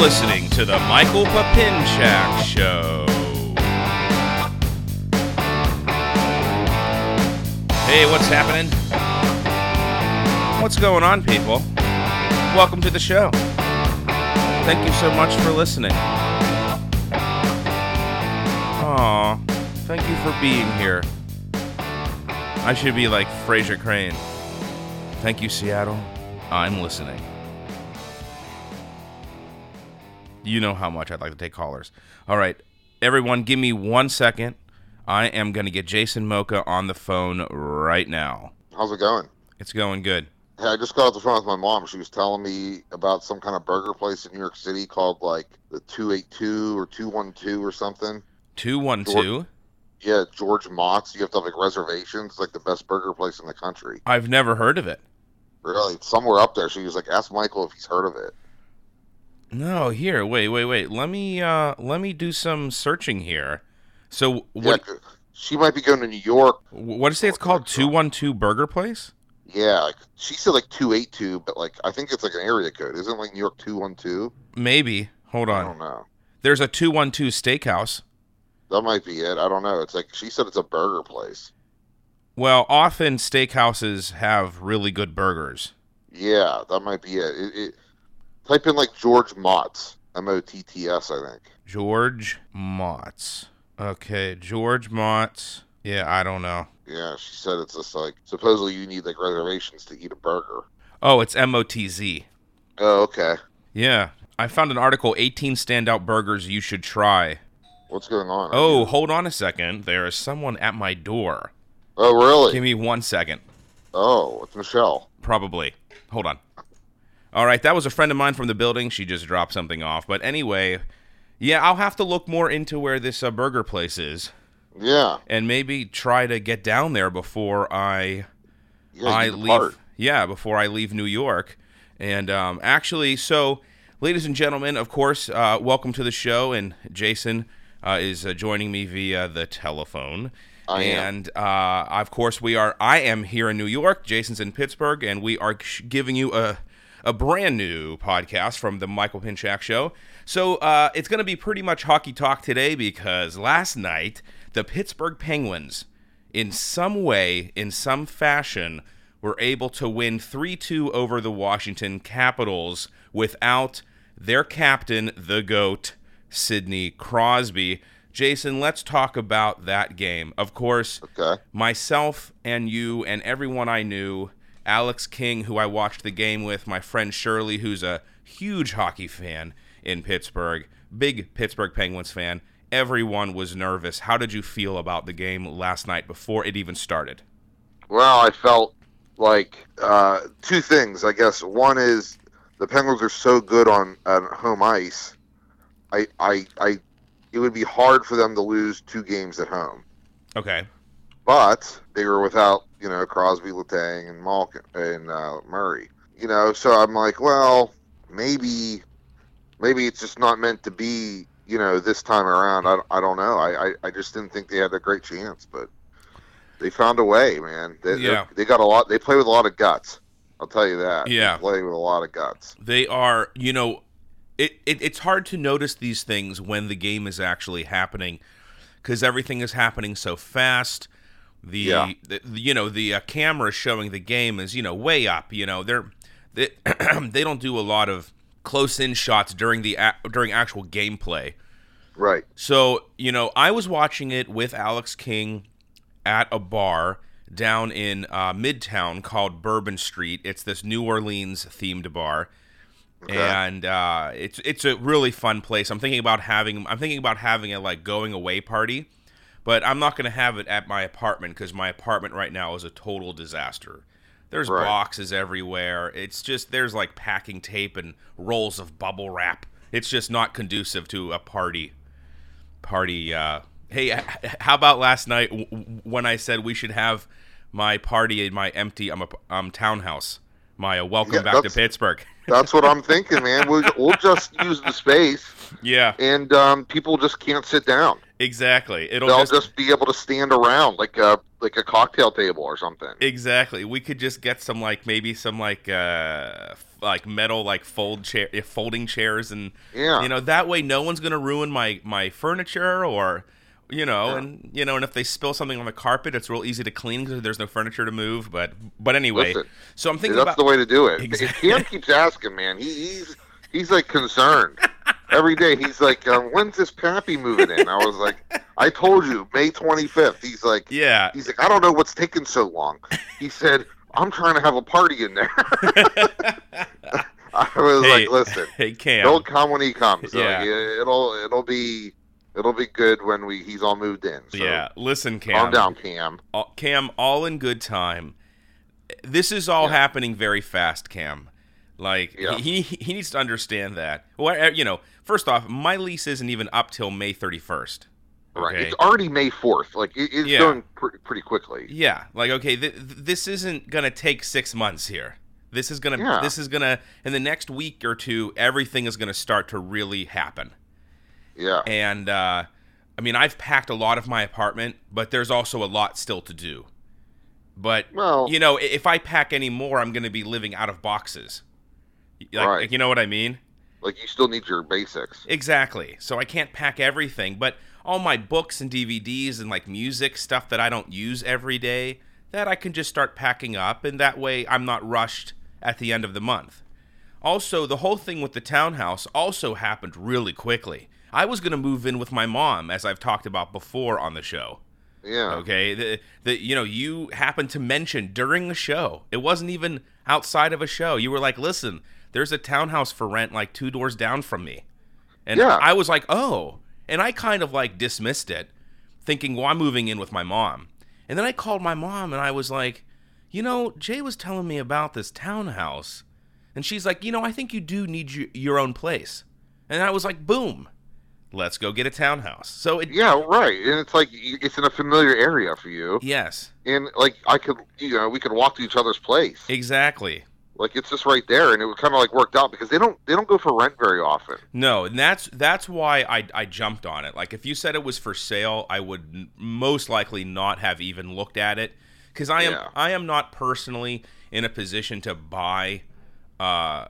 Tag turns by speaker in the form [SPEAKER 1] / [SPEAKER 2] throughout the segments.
[SPEAKER 1] listening to the Michael Papinchak Show. Hey, what's happening? What's going on, people? Welcome to the show. Thank you so much for listening. Aw, thank you for being here. I should be like Fraser Crane. Thank you, Seattle. I'm listening. You know how much I'd like to take callers. All right, everyone, give me one second. I am going to get Jason Mocha on the phone right now.
[SPEAKER 2] How's it going?
[SPEAKER 1] It's going good.
[SPEAKER 2] Hey, I just got off the phone with my mom. She was telling me about some kind of burger place in New York City called like the 282 or 212 or something.
[SPEAKER 1] 212.
[SPEAKER 2] Yeah, George Mott's. You have to have like reservations. Like the best burger place in the country.
[SPEAKER 1] I've never heard of it.
[SPEAKER 2] Really, it's somewhere up there. She was like, ask Michael if he's heard of it.
[SPEAKER 1] No, here. Wait, wait, wait. Let me uh let me do some searching here. So what
[SPEAKER 2] Yeah, she might be going to New York.
[SPEAKER 1] what do you say it's called? 212 Burger Place?
[SPEAKER 2] Yeah, like, she said like 282, but like I think it's like an area code. Isn't it, like New York 212?
[SPEAKER 1] Maybe. Hold
[SPEAKER 2] I don't
[SPEAKER 1] on.
[SPEAKER 2] know.
[SPEAKER 1] There's a 212 Steakhouse.
[SPEAKER 2] That might be it. I don't know. It's like she said it's a burger place.
[SPEAKER 1] Well, often steakhouses have really good burgers.
[SPEAKER 2] Yeah, that might be it. it, it type in like George Mott's, M O T T S, I think.
[SPEAKER 1] George Mott's. Okay, George Mott's. Yeah, I don't know.
[SPEAKER 2] Yeah, she said it's just like supposedly you need like reservations to eat a burger.
[SPEAKER 1] Oh, it's M O T Z.
[SPEAKER 2] Oh, okay.
[SPEAKER 1] Yeah. I found an article 18 standout burgers you should try.
[SPEAKER 2] What's going on?
[SPEAKER 1] Oh, hold on a second. There is someone at my door.
[SPEAKER 2] oh, really?
[SPEAKER 1] Give me one second.
[SPEAKER 2] Oh, it's Michelle.
[SPEAKER 1] Probably. Hold on. All right, that was a friend of mine from the building. She just dropped something off. But anyway, yeah, I'll have to look more into where this uh, burger place is
[SPEAKER 2] Yeah,
[SPEAKER 1] and maybe try to get down there before I
[SPEAKER 2] yeah.
[SPEAKER 1] I
[SPEAKER 2] you
[SPEAKER 1] leave.
[SPEAKER 2] depart.
[SPEAKER 1] Yeah, before I leave New York. And um, actually, so, ladies and gentlemen, of course, uh, welcome to the show. And Jason uh, is uh, joining me via the telephone.
[SPEAKER 2] I am.
[SPEAKER 1] and uh, of course, we are. I am here in New York. Jason's in Pittsburgh, and we are sh- giving you a a brand new podcast from the Michael Pinchak Show. So uh, it's going to be pretty much hockey talk today because last night the Pittsburgh Penguins in some way, in some fashion, were able to win 3 2 over the Washington Capitals without their captain, the GOAT, Sidney Crosby. Jason, let's talk about that game. Of course,
[SPEAKER 2] Okay.
[SPEAKER 1] myself and you and everyone I knew, Alex King, who I watched the game with, my friend Shirley, who's a huge hockey fan in Pittsburgh, big Pittsburgh Penguins fan, everyone was nervous. How did you feel about the game last night before it even started?
[SPEAKER 2] Well, I felt like uh, two things, I guess. One is the Penguins are so good on, on home ice. I, I, I, it would be hard for them to lose two games at home.
[SPEAKER 1] Okay.
[SPEAKER 2] But they were without, you know, Crosby, Letang, and Malkin and uh, Murray. You know, so I'm like, well, maybe, maybe it's just not meant to be. You know, this time around, I, I don't know. I, I, I just didn't think they had a great chance, but they found a way, man. They, they-
[SPEAKER 1] Yeah.
[SPEAKER 2] they got a lot. They play with a lot of guts. I'll tell you that.
[SPEAKER 1] Yeah.
[SPEAKER 2] they play with a lot of guts.
[SPEAKER 1] They are, you know, it, it it's hard to notice these things when the game is actually happening because everything is happening so fast. The,
[SPEAKER 2] Yeah.
[SPEAKER 1] the the- you know the uh, camera showing the game is you know way up. You know they're they, they don't do a lot of close in shots during the a- during actual gameplay.
[SPEAKER 2] Right.
[SPEAKER 1] So, you know, I was watching it with Alex King at a bar down in uh, Midtown called Bourbon Street. It's this New Orleans themed bar.
[SPEAKER 2] Okay.
[SPEAKER 1] And uh, it's it's a really fun place. I'm thinking about having I'm thinking about having a like going away party, but I'm not gonna have it at my apartment because my apartment right now is a total disaster. There's
[SPEAKER 2] Right.
[SPEAKER 1] boxes everywhere. It's just there's like packing tape and rolls of bubble wrap. It's just not conducive to a party party. Uh, hey, h- h- how about last night w- w- when I said we should have my party in my empty um, ap- um townhouse? My uh, welcome
[SPEAKER 2] Yeah,
[SPEAKER 1] back to
[SPEAKER 2] that's-
[SPEAKER 1] Pittsburgh.
[SPEAKER 2] That's what I'm thinking, man. We'll, we'll just use the space,
[SPEAKER 1] yeah,
[SPEAKER 2] and um, people just can't sit down.
[SPEAKER 1] exactly. It'll
[SPEAKER 2] they'll
[SPEAKER 1] just,
[SPEAKER 2] just, be able to stand around like a like a cocktail table or something.
[SPEAKER 1] Exactly. We could just get some like maybe some like uh f- like metal like fold chair eh, folding chairs and
[SPEAKER 2] Yeah.
[SPEAKER 1] you know that way no one's going to ruin my my furniture or you know
[SPEAKER 2] Yeah.
[SPEAKER 1] and you know and if they spill something on the carpet it's real easy to clean cuz there's no furniture to move but but anyway.
[SPEAKER 2] Listen,
[SPEAKER 1] so I'm
[SPEAKER 2] Dude,
[SPEAKER 1] thinking
[SPEAKER 2] that's
[SPEAKER 1] about
[SPEAKER 2] the way to do it.
[SPEAKER 1] Exactly.
[SPEAKER 2] Cam keeps asking, man. He, he's he's like concerned every day. He's like, um, when's this pappy moving in? I was like, I told you, May twenty fifth. He's like,
[SPEAKER 1] yeah.
[SPEAKER 2] he's like, I don't know what's taking so long. He said, I'm trying to have a party in there. I was
[SPEAKER 1] Hey,
[SPEAKER 2] like, listen,
[SPEAKER 1] Hey Cam.
[SPEAKER 2] he'll come when he comes. So,
[SPEAKER 1] Yeah.
[SPEAKER 2] like, it- it'll it'll be it'll be good when we he's all moved in. So
[SPEAKER 1] yeah, listen Cam.
[SPEAKER 2] calm down, Cam.
[SPEAKER 1] all, Cam, all in good time. This is all
[SPEAKER 2] Yeah.
[SPEAKER 1] happening very fast, Cam. Like
[SPEAKER 2] Yeah.
[SPEAKER 1] he he he needs to understand that. Well, uh, you know, first off, my lease isn't even up till May thirty first.
[SPEAKER 2] Right, it's already May fourth. Like it, it's
[SPEAKER 1] Yeah.
[SPEAKER 2] going pr- pretty quickly.
[SPEAKER 1] Yeah, like okay, th- th- this isn't gonna take six months here. This is gonna
[SPEAKER 2] Yeah.
[SPEAKER 1] this is gonna in the next week or two, everything is gonna start to really happen.
[SPEAKER 2] Yeah.
[SPEAKER 1] And uh, I mean, I've packed a lot of my apartment, but there's also a lot still to do. But
[SPEAKER 2] Well,
[SPEAKER 1] you know, i- if I pack any more, I'm going to be living out of boxes. Like,
[SPEAKER 2] Right.
[SPEAKER 1] You know what I mean?
[SPEAKER 2] like you still need your basics.
[SPEAKER 1] Exactly. So I can't pack everything, but all my books and DVDs and like music stuff that I don't use every day, that I can just start packing up, and that way I'm not rushed at the end of the month. Also, the whole thing with the townhouse also happened really quickly. I was going to move in with my mom, as I've talked about before on the show.
[SPEAKER 2] Yeah.
[SPEAKER 1] Okay, the, the you know you happened to mention during the show. It wasn't even outside of a show. You were like, "Listen, there's a townhouse for rent like two doors down from me," and
[SPEAKER 2] Yeah.
[SPEAKER 1] I was like, "Oh," and I kind of like dismissed it, thinking, "Well, I'm moving in with my mom." And then I called my mom and I was like, "You know, Jay was telling me about this townhouse," and she's like, "You know, I think you do need your, your own place," and I was like, "Boom." Let's go get a townhouse. So it
[SPEAKER 2] Yeah, right. And it's like y- it's in a familiar area for you,
[SPEAKER 1] yes,
[SPEAKER 2] and like I could, you know, we could walk to each other's place.
[SPEAKER 1] exactly.
[SPEAKER 2] Like it's just right there, and it kind of like worked out because they don't they don't go for rent very often.
[SPEAKER 1] No, and that's that's why I I jumped on it. Like if you said it was for sale, I would n- most likely not have even looked at it cuz I am
[SPEAKER 2] Yeah.
[SPEAKER 1] I am not personally in a position to buy uh,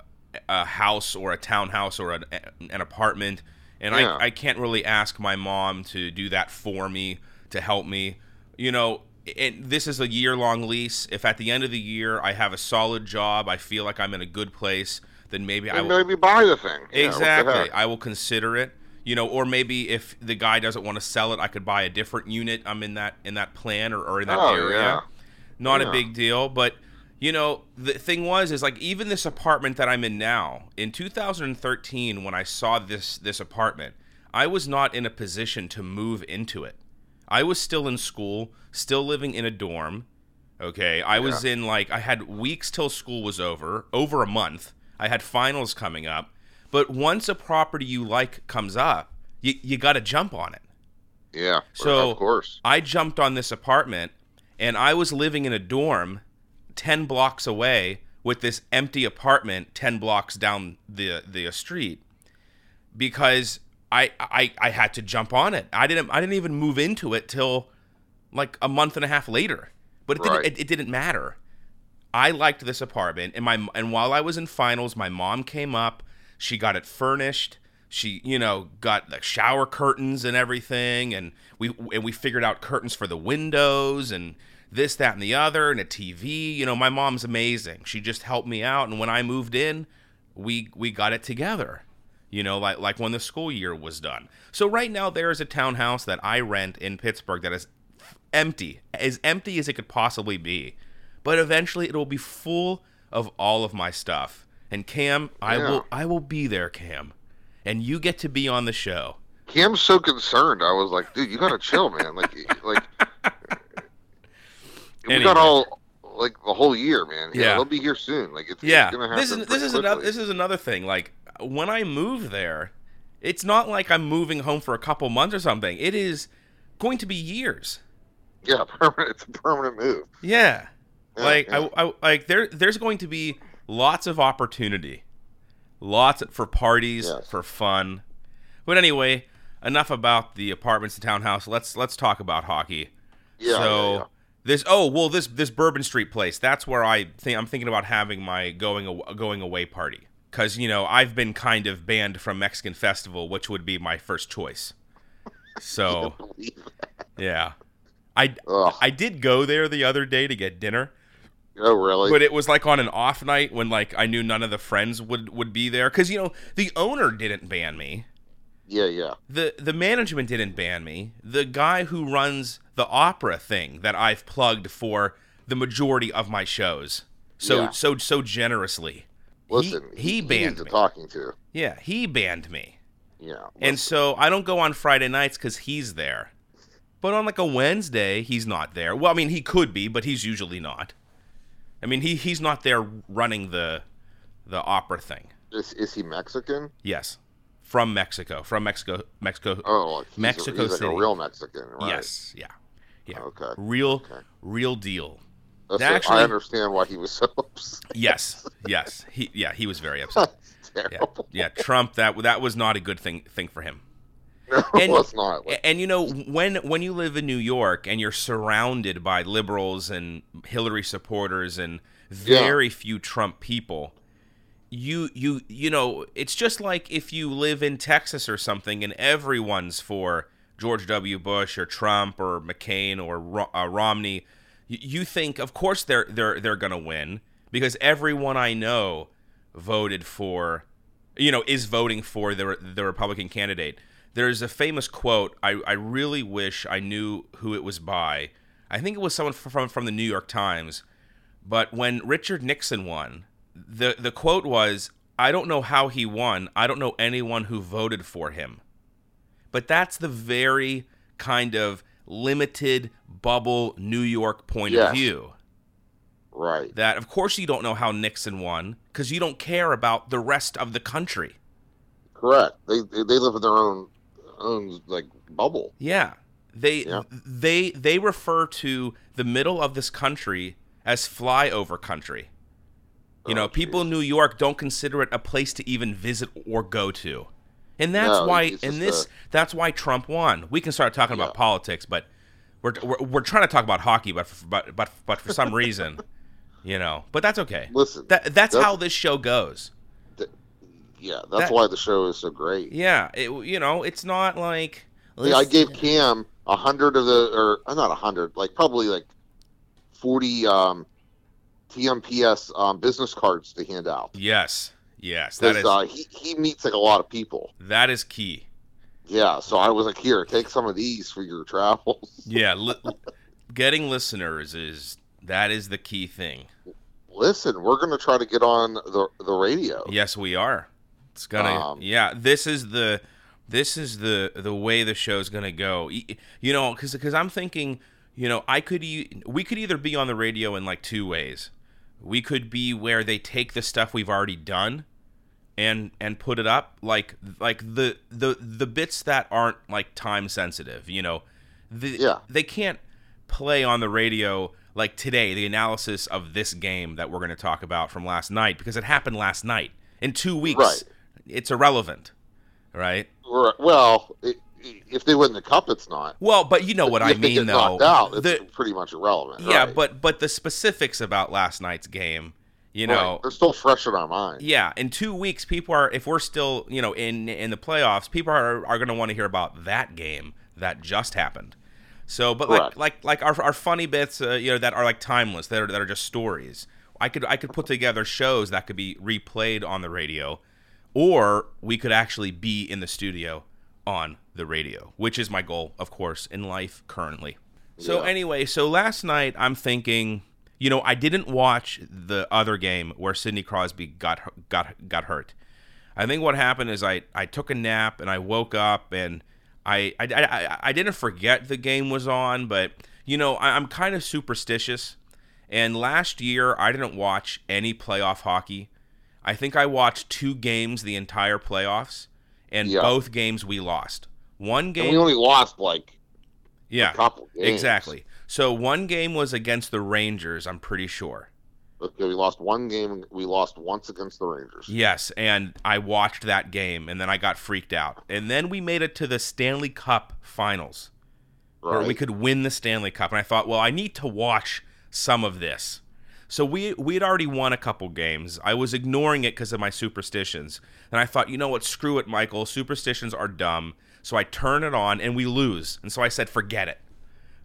[SPEAKER 1] a house or a townhouse or an, an apartment and
[SPEAKER 2] Yeah.
[SPEAKER 1] I I can't really ask my mom to do that for me to help me. You know, and this is a year long lease. If at the end of the year I have a solid job, I feel like I'm in a good place, then maybe I
[SPEAKER 2] And
[SPEAKER 1] will
[SPEAKER 2] maybe buy the thing. Yeah, what the
[SPEAKER 1] Exactly.
[SPEAKER 2] heck.
[SPEAKER 1] I will consider it. You know, or maybe if the guy doesn't want to sell it, I could buy a different unit. I'm in that in that plan or, or in that
[SPEAKER 2] Oh,
[SPEAKER 1] area.
[SPEAKER 2] yeah.
[SPEAKER 1] Not a
[SPEAKER 2] Yeah.
[SPEAKER 1] big deal, but you know, the thing was is like even this apartment that I'm in now, in 2013 when I saw this this apartment, I was not in a position to move into it. I was still in school, still living in a dorm. Okay, I was in like I had weeks till school was over, over a month. I had finals coming up, but once a property you like comes up, you you got to jump on it.
[SPEAKER 2] Yeah.
[SPEAKER 1] So-
[SPEAKER 2] of course.
[SPEAKER 1] I jumped on this apartment, and I was living in a dorm, ten blocks away, with this empty apartment ten blocks down the the street, because I I I had to jump on it. I didn't I didn't even move into it till like a month and a half later. But it
[SPEAKER 2] Right.
[SPEAKER 1] didn't it, it didn't matter. I liked this apartment, and my and while I was in finals, my mom came up. She got it furnished. She, you know, got the shower curtains and everything, and we and we figured out curtains for the windows and this, that, and the other, and a TV. You know, my mom's amazing. She just helped me out, and when I moved in, we we got it together. You know, like like when the school year was done. So right now there is a townhouse that I rent in Pittsburgh that is empty, as empty as it could possibly be. But eventually it'll be full of all of my stuff. And Cam, I
[SPEAKER 2] Yeah.
[SPEAKER 1] will I will be there, Cam. And you get to be on the show.
[SPEAKER 2] Cam's so concerned. I was like, dude, you gotta chill, man. Like, y- like we
[SPEAKER 1] Anyway.
[SPEAKER 2] got all like the whole year, man. Yeah,
[SPEAKER 1] Yeah.
[SPEAKER 2] they'll be here soon. Like it's,
[SPEAKER 1] Yeah.
[SPEAKER 2] it's gonna happen.
[SPEAKER 1] This is this
[SPEAKER 2] pretty
[SPEAKER 1] is another
[SPEAKER 2] quickly.
[SPEAKER 1] this is another thing. Like when I move there, it's not like I'm moving home for a couple months or something. It is going to be years.
[SPEAKER 2] Yeah, permanent. It's a permanent move.
[SPEAKER 1] Yeah.
[SPEAKER 2] Yeah,
[SPEAKER 1] like
[SPEAKER 2] yeah.
[SPEAKER 1] I, I like there there's going to be lots of opportunity lots for parties
[SPEAKER 2] Yes.
[SPEAKER 1] for fun but anyway enough about the apartments and townhouse let's let's talk about hockey
[SPEAKER 2] Yeah, yeah,
[SPEAKER 1] so
[SPEAKER 2] yeah.
[SPEAKER 1] This oh well this this Bourbon Street place that's where I think I'm thinking about having my going aw- going away party because you know I've been kind of banned from Mexican festival which would be my first choice so yeah I
[SPEAKER 2] Ugh.
[SPEAKER 1] I did go there the other day to get dinner
[SPEAKER 2] Oh, really?
[SPEAKER 1] but it was like on an off night when like I knew none of the friends would would be there because you know the owner didn't ban me
[SPEAKER 2] yeah, yeah.
[SPEAKER 1] the the management didn't ban me. The guy who runs the opera thing that I've plugged for the majority of my shows so
[SPEAKER 2] Yeah.
[SPEAKER 1] so so generously. He-
[SPEAKER 2] Listen,
[SPEAKER 1] he,
[SPEAKER 2] needs
[SPEAKER 1] banned
[SPEAKER 2] a
[SPEAKER 1] me.
[SPEAKER 2] talking to.
[SPEAKER 1] Yeah, he banned me,
[SPEAKER 2] Yeah.
[SPEAKER 1] and so I don't go on Friday nights because he's there. But on like a Wednesday, he's not there. Well, I mean, he could be, but he's usually not. I mean, he he's not there running the the opera thing.
[SPEAKER 2] Is, is he Mexican?
[SPEAKER 1] Yes, from Mexico, from Mexico, Mexico.
[SPEAKER 2] Oh, like he's a-
[SPEAKER 1] Mexico
[SPEAKER 2] he's like
[SPEAKER 1] City.
[SPEAKER 2] a real Mexican, right?
[SPEAKER 1] Yes, yeah, yeah.
[SPEAKER 2] Okay.
[SPEAKER 1] real
[SPEAKER 2] Okay.
[SPEAKER 1] real deal
[SPEAKER 2] That's
[SPEAKER 1] That
[SPEAKER 2] it.
[SPEAKER 1] actually-
[SPEAKER 2] I understand why he was so upset.
[SPEAKER 1] yes yes he yeah he was very upset
[SPEAKER 2] That's
[SPEAKER 1] yeah,
[SPEAKER 2] terrible.
[SPEAKER 1] yeah trump that that was not a good thing thing for him
[SPEAKER 2] No,
[SPEAKER 1] And-
[SPEAKER 2] it's not. Like,
[SPEAKER 1] A- and you know when when you live in new york and you're surrounded by liberals and hillary supporters and
[SPEAKER 2] Yeah.
[SPEAKER 1] very few trump people you you you know it's just like if you live in texas or something and everyone's for george w bush or trump or mccain or Ro- uh, romney you, you think of course they're they're they're going to win because everyone i know voted for you know is voting for the the republican candidate there's a famous quote i i really wish i knew who it was by i think it was someone from from the new york times but when Richard Nixon won, the the quote was, "I don't know how he won. I don't know anyone who voted for him." But that's the very kind of limited bubble New York point
[SPEAKER 2] Yes.
[SPEAKER 1] of view.
[SPEAKER 2] right.
[SPEAKER 1] That of course you don't know how Nixon won cuz you don't care about the rest of the country.
[SPEAKER 2] Correct. They they they live in their own own like bubble.
[SPEAKER 1] Yeah. They
[SPEAKER 2] Yeah.
[SPEAKER 1] they they refer to the middle of this country as flyover country. You
[SPEAKER 2] Oh,
[SPEAKER 1] know,
[SPEAKER 2] geez.
[SPEAKER 1] people in New York don't consider it a place to even visit or go to. And that's
[SPEAKER 2] No,
[SPEAKER 1] why
[SPEAKER 2] it's
[SPEAKER 1] and
[SPEAKER 2] just
[SPEAKER 1] this
[SPEAKER 2] a-
[SPEAKER 1] that's why Trump won. We can start talking about
[SPEAKER 2] Yeah.
[SPEAKER 1] politics, but we're, we're we're trying to talk about hockey, but for, but but but for some reason, you know. But that's okay.
[SPEAKER 2] Listen,
[SPEAKER 1] That that's
[SPEAKER 2] That's-
[SPEAKER 1] how this show goes.
[SPEAKER 2] yeah, that's
[SPEAKER 1] that-
[SPEAKER 2] why the show is so great.
[SPEAKER 1] Yeah, it, you know, it's not like
[SPEAKER 2] Like, I gave Cam a hundred of the, or uh, not a hundred, like probably like forty um, TMPS um, business cards to hand out
[SPEAKER 1] Yes. Yes. That
[SPEAKER 2] because
[SPEAKER 1] is
[SPEAKER 2] uh, he he meets like a lot of people.
[SPEAKER 1] that is key.
[SPEAKER 2] Yeah, so I was like, here, take some of these for your travels.
[SPEAKER 1] Yeah, li- getting listeners is that is the key thing.
[SPEAKER 2] Listen, we're gonna try to get on the the radio.
[SPEAKER 1] Yes, we are. It's gonna.
[SPEAKER 2] Um,
[SPEAKER 1] yeah, this is the this is the the way the show's gonna go. E- You know, because because I'm thinking, you know, I could e- we could either be on the radio in like two ways. We could be where they take the stuff we've already done and and put it up like like the the the bits that aren't like time sensitive, you know. The,
[SPEAKER 2] Yeah.
[SPEAKER 1] They can't play on the radio like today the analysis of this game that we're going to talk about from last night because it happened last night. In 2 weeks,
[SPEAKER 2] Right.
[SPEAKER 1] it's irrelevant, right?
[SPEAKER 2] Or- Well, i i- if they win the cup, it's not.
[SPEAKER 1] Well, but you know what
[SPEAKER 2] if
[SPEAKER 1] I
[SPEAKER 2] they
[SPEAKER 1] mean
[SPEAKER 2] get
[SPEAKER 1] though.
[SPEAKER 2] knocked out, it's
[SPEAKER 1] The-
[SPEAKER 2] pretty much irrelevant.
[SPEAKER 1] yeah,
[SPEAKER 2] right.
[SPEAKER 1] but but the specifics about last night's game, you
[SPEAKER 2] Right.
[SPEAKER 1] know,
[SPEAKER 2] they're still fresh in our mind.
[SPEAKER 1] yeah in two weeks people are if we're still you know in in the playoffs people are are going to want to hear about that game that just happened so but like
[SPEAKER 2] Correct.
[SPEAKER 1] like like our, our funny bits uh, you know that are like timeless that are, that are just stories i could i could put together shows that could be replayed on the radio or we could actually be in the studio on the radio which is my goal of course in life currently so
[SPEAKER 2] Yeah.
[SPEAKER 1] anyway, so last night I'm thinking, you know, I didn't watch the other game where Sidney Crosby got hu- got got hurt. I think what happened is I I took a nap and I woke up and I I, I, I- I didn't forget the game was on, but you know I, I'm kind of superstitious. And last year I didn't watch any playoff hockey. I think I watched two games the entire playoffs, and
[SPEAKER 2] Yeah.
[SPEAKER 1] both games we lost. One
[SPEAKER 2] And
[SPEAKER 1] game,
[SPEAKER 2] we only lost like
[SPEAKER 1] yeah,
[SPEAKER 2] a couple games.
[SPEAKER 1] Exactly. So one game was against the Rangers, I'm pretty sure.
[SPEAKER 2] Okay, we lost one game. We lost once against the Rangers.
[SPEAKER 1] Yes, and I watched that game and then I got freaked out. And then we made it to the Stanley Cup finals. where we
[SPEAKER 2] Right.
[SPEAKER 1] could win the Stanley Cup. And I thought, well, I need to watch some of this. So we we had already won a couple games. I was ignoring it because of my superstitions. And I thought, you know what? Screw it, Michael. Superstitions are dumb. So I turn it on and we lose. And so I said, forget it.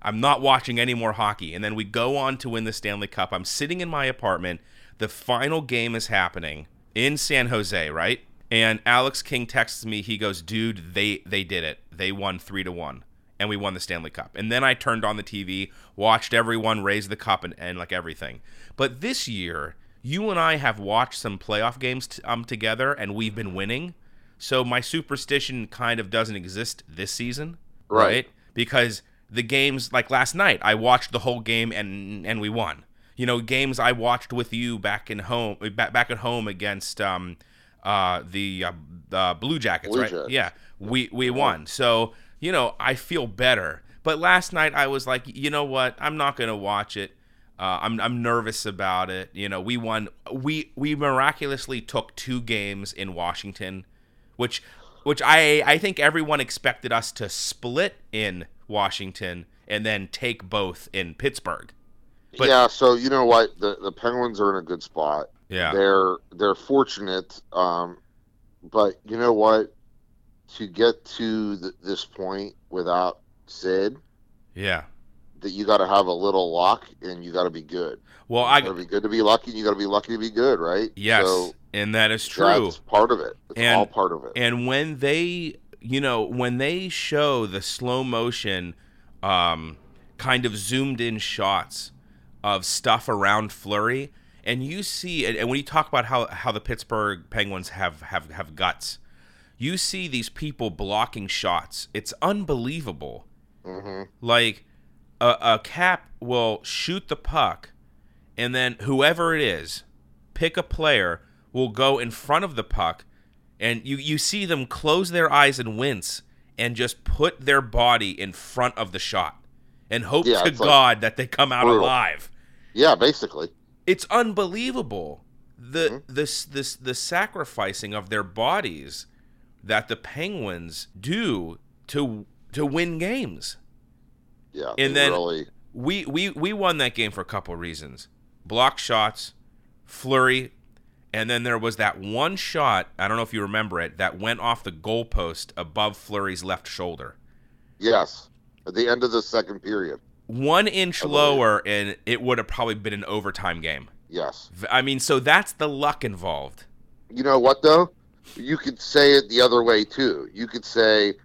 [SPEAKER 1] I'm not watching any more hockey. And then we go on to win the Stanley Cup. I'm sitting in my apartment. The final game is happening in San Jose, right? And Alex King texts me. He goes, "Dude, they they did it. They won three to one, and we won the Stanley Cup." And then I turned on the TV, watched everyone raise the cup and, and like everything. But this year, you and I have watched some playoff games t- um together, and we've been winning. So my superstition kind of doesn't exist this season,
[SPEAKER 2] Right.
[SPEAKER 1] Because the games like last night, I watched the whole game and and we won. You know, games I watched with you back in home back back at home against um uh the uh, the Blue Jackets,
[SPEAKER 2] Blue
[SPEAKER 1] right?
[SPEAKER 2] Jackets.
[SPEAKER 1] Yeah, we we won. So you know, I feel better. But last night I was like, you know what? I'm not gonna watch it. Uh, I'm I'm nervous about it. You know, we won. We we miraculously took two games in Washington, which which I I think everyone expected us to split in Washington and then take both in Pittsburgh. But-
[SPEAKER 2] yeah, so you know what? The the Penguins are in a good spot.
[SPEAKER 1] Yeah.
[SPEAKER 2] They're they're fortunate, um, but you know what? To get to th- this point without Sid,
[SPEAKER 1] Yeah.
[SPEAKER 2] that you got to have a little luck and you got to be good.
[SPEAKER 1] Well,
[SPEAKER 2] You got
[SPEAKER 1] I
[SPEAKER 2] to be good to be lucky, and you got to be lucky to be good, right?
[SPEAKER 1] yes,
[SPEAKER 2] So
[SPEAKER 1] and that is true.
[SPEAKER 2] That's part of it. It's
[SPEAKER 1] And-
[SPEAKER 2] all part of it.
[SPEAKER 1] And when they, you know, when they show the slow motion, um, kind of zoomed in shots of stuff around Flurry, and you see, and, and when you talk about how how the Pittsburgh Penguins have have have guts, you see these people blocking shots. It's unbelievable
[SPEAKER 2] hmm
[SPEAKER 1] like a, a cap will shoot the puck and then whoever it is pick a player will go in front of the puck and you, you see them close their eyes and wince and just put their body in front of the shot and hope
[SPEAKER 2] Yeah,
[SPEAKER 1] to
[SPEAKER 2] it's like
[SPEAKER 1] god that they come out
[SPEAKER 2] brutal.
[SPEAKER 1] alive
[SPEAKER 2] Yeah, basically.
[SPEAKER 1] it's unbelievable the
[SPEAKER 2] Mm-hmm.
[SPEAKER 1] this this the sacrificing of their bodies that the penguins do to to win games
[SPEAKER 2] Yeah.
[SPEAKER 1] And
[SPEAKER 2] they
[SPEAKER 1] then-
[SPEAKER 2] really,
[SPEAKER 1] we we we won that game for a couple reasons: block shots, flurry, and then there was that one shot. I don't know if you remember it that went off the goalpost above Flurry's left shoulder,
[SPEAKER 2] yes, at the end of the second period.
[SPEAKER 1] one inch
[SPEAKER 2] I believe.
[SPEAKER 1] lower, and it would have probably been an overtime game.
[SPEAKER 2] Yes.
[SPEAKER 1] V- I mean, so that's the luck involved.
[SPEAKER 2] You know what though? You could say it the other way too. You could say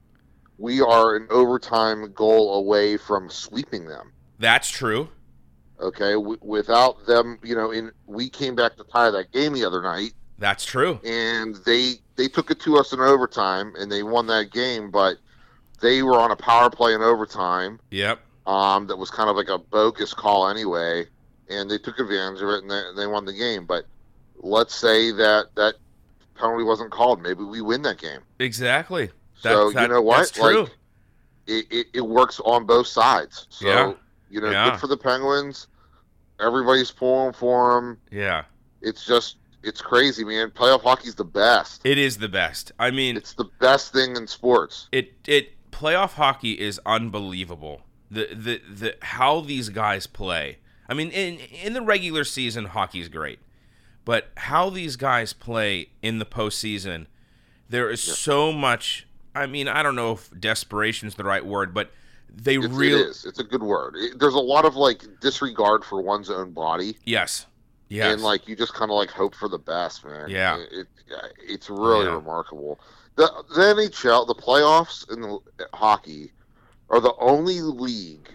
[SPEAKER 2] we are an overtime goal away from sweeping them.
[SPEAKER 1] That's true.
[SPEAKER 2] Okay, w- without them, you know, in we came back to tie that game the other night,
[SPEAKER 1] That's true.
[SPEAKER 2] and they they took it to us in overtime, and they won that game. But they were on a power play in overtime,
[SPEAKER 1] Yep.
[SPEAKER 2] um, that was kind of like a bogus call anyway, and they took advantage of it and they, they won the game. But let's say that that penalty wasn't called, maybe we win that game.
[SPEAKER 1] Exactly.
[SPEAKER 2] so
[SPEAKER 1] That- that-
[SPEAKER 2] you know what?
[SPEAKER 1] That's true.
[SPEAKER 2] Like it, it, it works on both sides. So
[SPEAKER 1] Yeah.
[SPEAKER 2] you know,
[SPEAKER 1] Yeah.
[SPEAKER 2] good for the Penguins. Everybody's pulling for them.
[SPEAKER 1] yeah.
[SPEAKER 2] It's just it's crazy, man. Playoff hockey's the best.
[SPEAKER 1] It is the best. I mean,
[SPEAKER 2] It's the best thing in sports.
[SPEAKER 1] it it playoff hockey is unbelievable. The the the how these guys play. I mean, in in the regular season, hockey's great, but how these guys play in the postseason, there is so much. I mean, I don't know if desperation is the right word, but they
[SPEAKER 2] It's,
[SPEAKER 1] really
[SPEAKER 2] It is. It's a good word. It- there's a lot of like disregard for one's own body,
[SPEAKER 1] yes, yes,
[SPEAKER 2] and like you just kind of like hope for the best, man.
[SPEAKER 1] Yeah.
[SPEAKER 2] It, it- it's really
[SPEAKER 1] Yeah.
[SPEAKER 2] remarkable. The, the NHL, the playoffs in the, hockey, are the only league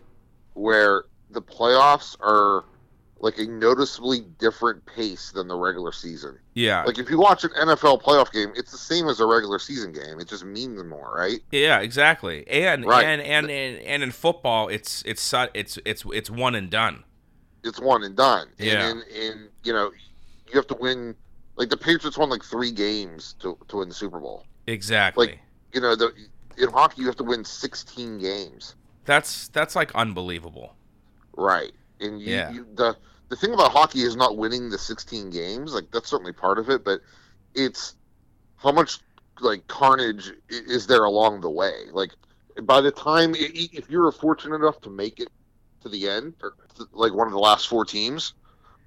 [SPEAKER 2] where the playoffs are like a noticeably different pace than the regular season.
[SPEAKER 1] yeah,
[SPEAKER 2] Like if you watch an NFL playoff game, it's the same as a regular season game. It just means more, right?
[SPEAKER 1] yeah, exactly. And,
[SPEAKER 2] Right.
[SPEAKER 1] and and and and in football, it's it's su- it's it's it's one and done.
[SPEAKER 2] It's one and done.
[SPEAKER 1] Yeah.
[SPEAKER 2] And, and and you know, you have to win. Like the Patriots won like three games to to win the Super Bowl.
[SPEAKER 1] Exactly.
[SPEAKER 2] You know, the in hockey you have to win sixteen games,
[SPEAKER 1] that's that's like unbelievable.
[SPEAKER 2] right? And you,
[SPEAKER 1] Yeah.
[SPEAKER 2] you the the thing about hockey is not winning the sixteen games. Like that's certainly part of it, but it's how much like carnage i- is there along the way. Like by the time if you were fortunate enough to make it to the end, or to, like one of the last four teams,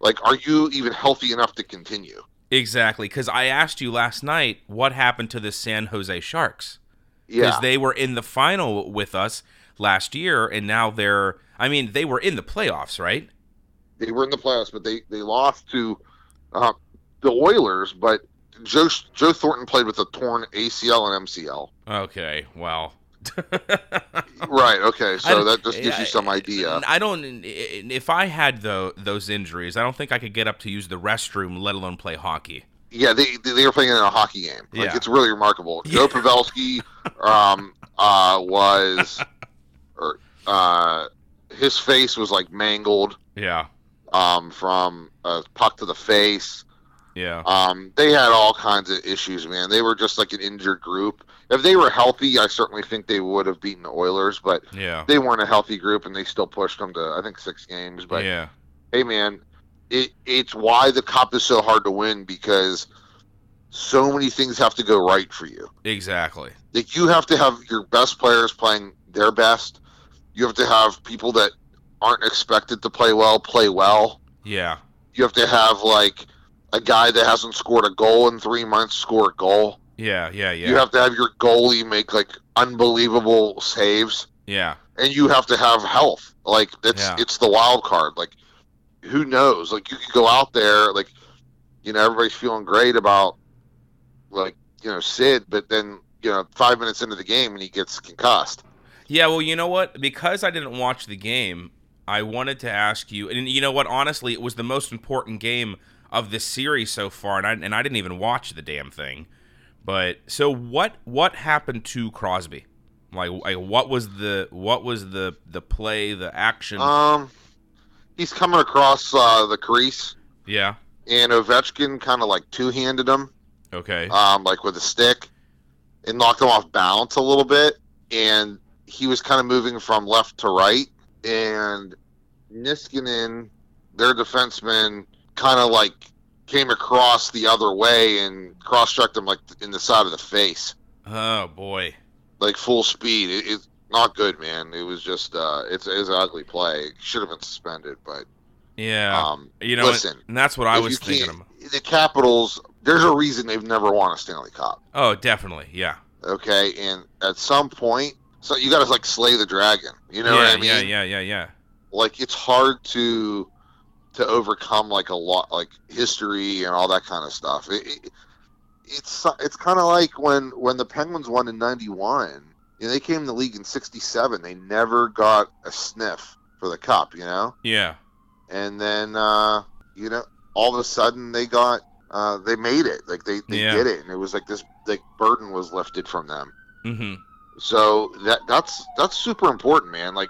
[SPEAKER 2] like are you even healthy enough to continue?
[SPEAKER 1] Exactly, because I asked you last night what happened to the San Jose Sharks because
[SPEAKER 2] Yeah,
[SPEAKER 1] they were in the final with us last year, and now they're. I mean, they were in the playoffs, right?
[SPEAKER 2] they were in the playoffs, but they they lost to uh, the Oilers. But Joe Joe Thornton played with a torn ACL and MCL.
[SPEAKER 1] Okay, well.
[SPEAKER 2] right. Okay.
[SPEAKER 1] I don't-
[SPEAKER 2] So that just gives you some idea.
[SPEAKER 1] I don't. If I had tho- those injuries, I don't think I could get up to use the restroom, let alone play hockey.
[SPEAKER 2] Yeah, they they they were playing in a hockey game. Like
[SPEAKER 1] Yeah.
[SPEAKER 2] it's really remarkable.
[SPEAKER 1] Yeah.
[SPEAKER 2] Joe Pavelski um uh was or uh his face was like mangled
[SPEAKER 1] Yeah,
[SPEAKER 2] um from a puck to the face.
[SPEAKER 1] yeah,
[SPEAKER 2] Um they had all kinds of issues, man. They were just like an injured group. If they were healthy, I certainly think they would have beaten the Oilers, but
[SPEAKER 1] yeah,
[SPEAKER 2] they weren't a healthy group and they still pushed them to I think 6 games, but
[SPEAKER 1] yeah,
[SPEAKER 2] hey man, it it's why the cup is so hard to win because so many things have to go right for you.
[SPEAKER 1] exactly.
[SPEAKER 2] Like you have to have your best players playing their best. You have to have people that aren't expected to play well play well.
[SPEAKER 1] Yeah,
[SPEAKER 2] You have to have like a guy that hasn't scored a goal in three months score a goal.
[SPEAKER 1] yeah, yeah, yeah,
[SPEAKER 2] You have to have your goalie make like unbelievable saves
[SPEAKER 1] yeah,
[SPEAKER 2] and you have to have health. Like it's
[SPEAKER 1] Yeah.
[SPEAKER 2] it's the wild card. Like who knows? Like you could go out there, like you know, everybody's feeling great about like you know Sid, but then you know five minutes into the game and he gets concussed.
[SPEAKER 1] yeah. Well, you know what? Because I didn't watch the game, I wanted to ask you. And you know what? Honestly, it was the most important game of this series so far, and I and I didn't even watch the damn thing. But so what? What happened to Crosby? Like, like what was the what was the the play the action?
[SPEAKER 2] Um, he's coming across uh, the crease,
[SPEAKER 1] yeah.
[SPEAKER 2] and Ovechkin kind of like two handed him,
[SPEAKER 1] Okay.
[SPEAKER 2] um, like with a stick, and knocked him off balance a little bit, and he was kind of moving from left to right. and Niskanen, their defenseman, kind of like came across the other way and cross-checked him like in the side of the face,
[SPEAKER 1] oh boy.
[SPEAKER 2] like full speed. It, it's not good, man. It was just uh, it's it's an ugly play. It should have been suspended, but
[SPEAKER 1] Yeah.
[SPEAKER 2] um,
[SPEAKER 1] you know,
[SPEAKER 2] listen,
[SPEAKER 1] and, and that's what I
[SPEAKER 2] if
[SPEAKER 1] was
[SPEAKER 2] you
[SPEAKER 1] thinking.
[SPEAKER 2] can't-
[SPEAKER 1] About.
[SPEAKER 2] the Capitals. There's a reason they've never won a Stanley Cup.
[SPEAKER 1] Oh, definitely. Yeah.
[SPEAKER 2] Okay, and at some point, so you got to like slay the dragon. You know
[SPEAKER 1] yeah,
[SPEAKER 2] what I mean?
[SPEAKER 1] yeah. Yeah. Yeah. Yeah.
[SPEAKER 2] like it's hard to to overcome like a lot like history and all that kind of stuff it, it, it's it's kind of like when when the penguins won in 91 you know, they came in the league in 67 they never got a sniff for the cup you know
[SPEAKER 1] Yeah.
[SPEAKER 2] and then uh you know all of a sudden they got uh they made it like they they
[SPEAKER 1] Yeah.
[SPEAKER 2] did it and it was like this like burden was lifted from them
[SPEAKER 1] Mm-hmm.
[SPEAKER 2] so that that's that's super important, man. Like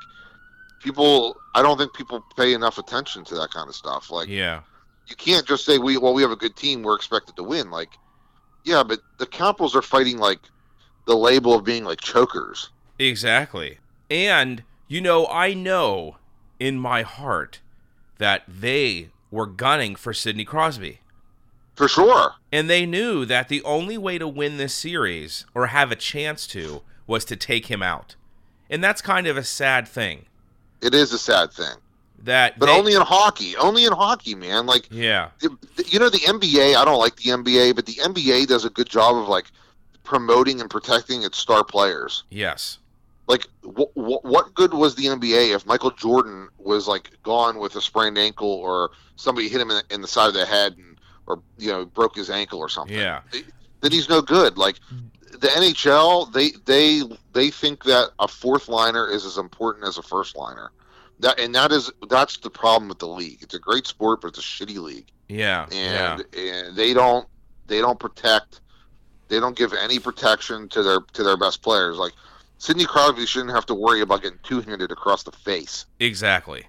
[SPEAKER 2] people, I don't think people pay enough attention to that kind of stuff. Like
[SPEAKER 1] yeah.
[SPEAKER 2] you can't just say we well we have a good team, we're expected to win. Like yeah, but the Capitals are fighting like the label of being like chokers.
[SPEAKER 1] Exactly. And, you know, I know in my heart that they were gunning for Sidney Crosby.
[SPEAKER 2] For sure.
[SPEAKER 1] And they knew that the only way to win this series or have a chance to was to take him out. And that's kind of a sad thing.
[SPEAKER 2] It is a sad thing.
[SPEAKER 1] That
[SPEAKER 2] But
[SPEAKER 1] they-
[SPEAKER 2] only in hockey. Only in hockey, man. Like
[SPEAKER 1] Yeah.
[SPEAKER 2] the- the- you know the NBA, I don't like the NBA, but the NBA does a good job of like promoting and protecting its star players.
[SPEAKER 1] Yes.
[SPEAKER 2] like wh- wh- what good was the NBA if Michael Jordan was like gone with a sprained ankle or somebody hit him in the, in the side of the head and, or you know broke his ankle or something
[SPEAKER 1] Yeah.
[SPEAKER 2] then he's no good like the NHL they they they think that a fourth liner is as important as a first liner that and that is that's the problem with the league it's a great sport but it's a shitty league
[SPEAKER 1] Yeah. yeah.
[SPEAKER 2] and and they don't they don't protect they don't give any protection to their to their best players like Sidney Crosby shouldn't have to worry about getting two-handed across the face
[SPEAKER 1] Exactly.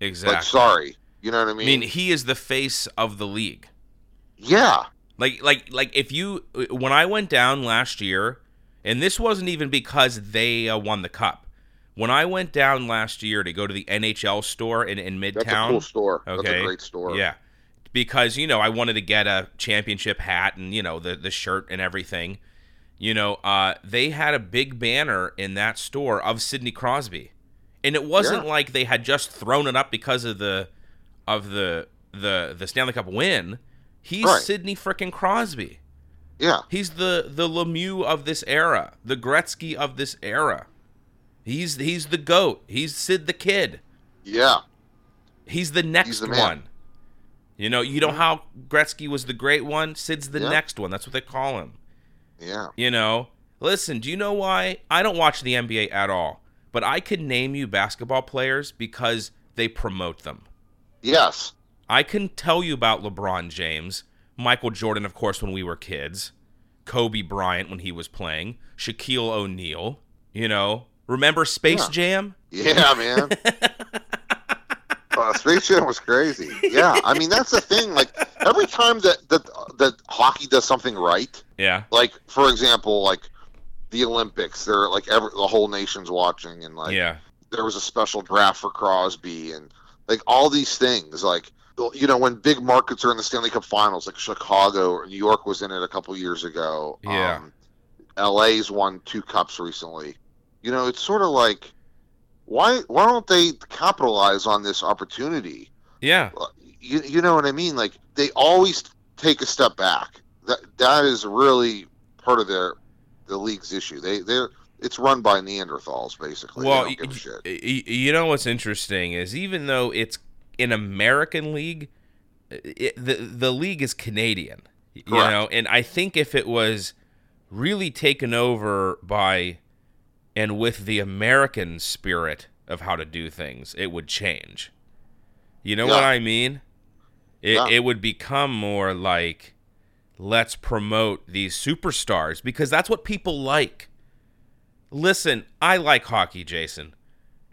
[SPEAKER 1] Exactly.
[SPEAKER 2] like sorry you know what I
[SPEAKER 1] I
[SPEAKER 2] mean,
[SPEAKER 1] mean, he is the face of the league.
[SPEAKER 2] yeah
[SPEAKER 1] Like like like if you when I went down last year, and this wasn't even because they uh, won the cup. When I went down last year to go to the NHL store in in Midtown,
[SPEAKER 2] that's a cool store that's
[SPEAKER 1] Okay.
[SPEAKER 2] a great store
[SPEAKER 1] yeah, because you know I wanted to get a championship hat and you know the the shirt and everything. You know, uh, they had a big banner in that store of Sidney Crosby, and it wasn't
[SPEAKER 2] Yeah.
[SPEAKER 1] like they had just thrown it up because of the of the the the Stanley Cup win. He's
[SPEAKER 2] Right.
[SPEAKER 1] Sidney freaking Crosby.
[SPEAKER 2] Yeah.
[SPEAKER 1] He's the the Lemieux of this era, the Gretzky of this era. He's he's the goat. He's Sid the Kid.
[SPEAKER 2] Yeah.
[SPEAKER 1] He's the next
[SPEAKER 2] the man. Mm-hmm.
[SPEAKER 1] one. You know, you know how Gretzky was the great one. Sid's the
[SPEAKER 2] Yeah.
[SPEAKER 1] next one. That's what they call him.
[SPEAKER 2] Yeah.
[SPEAKER 1] You know, listen. Do you know why I don't watch the NBA at all? But I could name you basketball players because they promote them.
[SPEAKER 2] Yes.
[SPEAKER 1] I can tell you about LeBron James, Michael Jordan, of course, when we were kids, Kobe Bryant when he was playing, Shaquille O'Neal. You know, remember Space
[SPEAKER 2] Yeah.
[SPEAKER 1] Jam?
[SPEAKER 2] Yeah, man. uh, Space Jam was crazy. Yeah, I mean that's the thing. Like every time that that that hockey does something right,
[SPEAKER 1] Yeah,
[SPEAKER 2] like for example, like the Olympics, they're like every the whole nation's watching, and like
[SPEAKER 1] yeah,
[SPEAKER 2] there was a special draft for Crosby, and like all these things, like you know when big markets are in the Stanley Cup Finals, like Chicago or New York was in it a couple years ago.
[SPEAKER 1] Yeah.
[SPEAKER 2] Um, LA's won two cups recently. You know, it's sort of like why why don't they capitalize on this opportunity?
[SPEAKER 1] yeah.
[SPEAKER 2] You you know what I mean? Like they always take a step back. That that is really part of their the league's issue. They they're it's run by Neanderthals basically. They
[SPEAKER 1] Well,
[SPEAKER 2] don't give a
[SPEAKER 1] y-
[SPEAKER 2] shit.
[SPEAKER 1] y- y- you know what's interesting is even though it's an American league, it, the the league is Canadian. You
[SPEAKER 2] Correct.
[SPEAKER 1] know, and I think if it was really taken over by and with the American spirit of how to do things, it would change. You know what
[SPEAKER 2] Yeah.
[SPEAKER 1] I mean? It
[SPEAKER 2] Yeah.
[SPEAKER 1] it would become more like let's promote these superstars because that's what people like. Listen, I like hockey, Jason,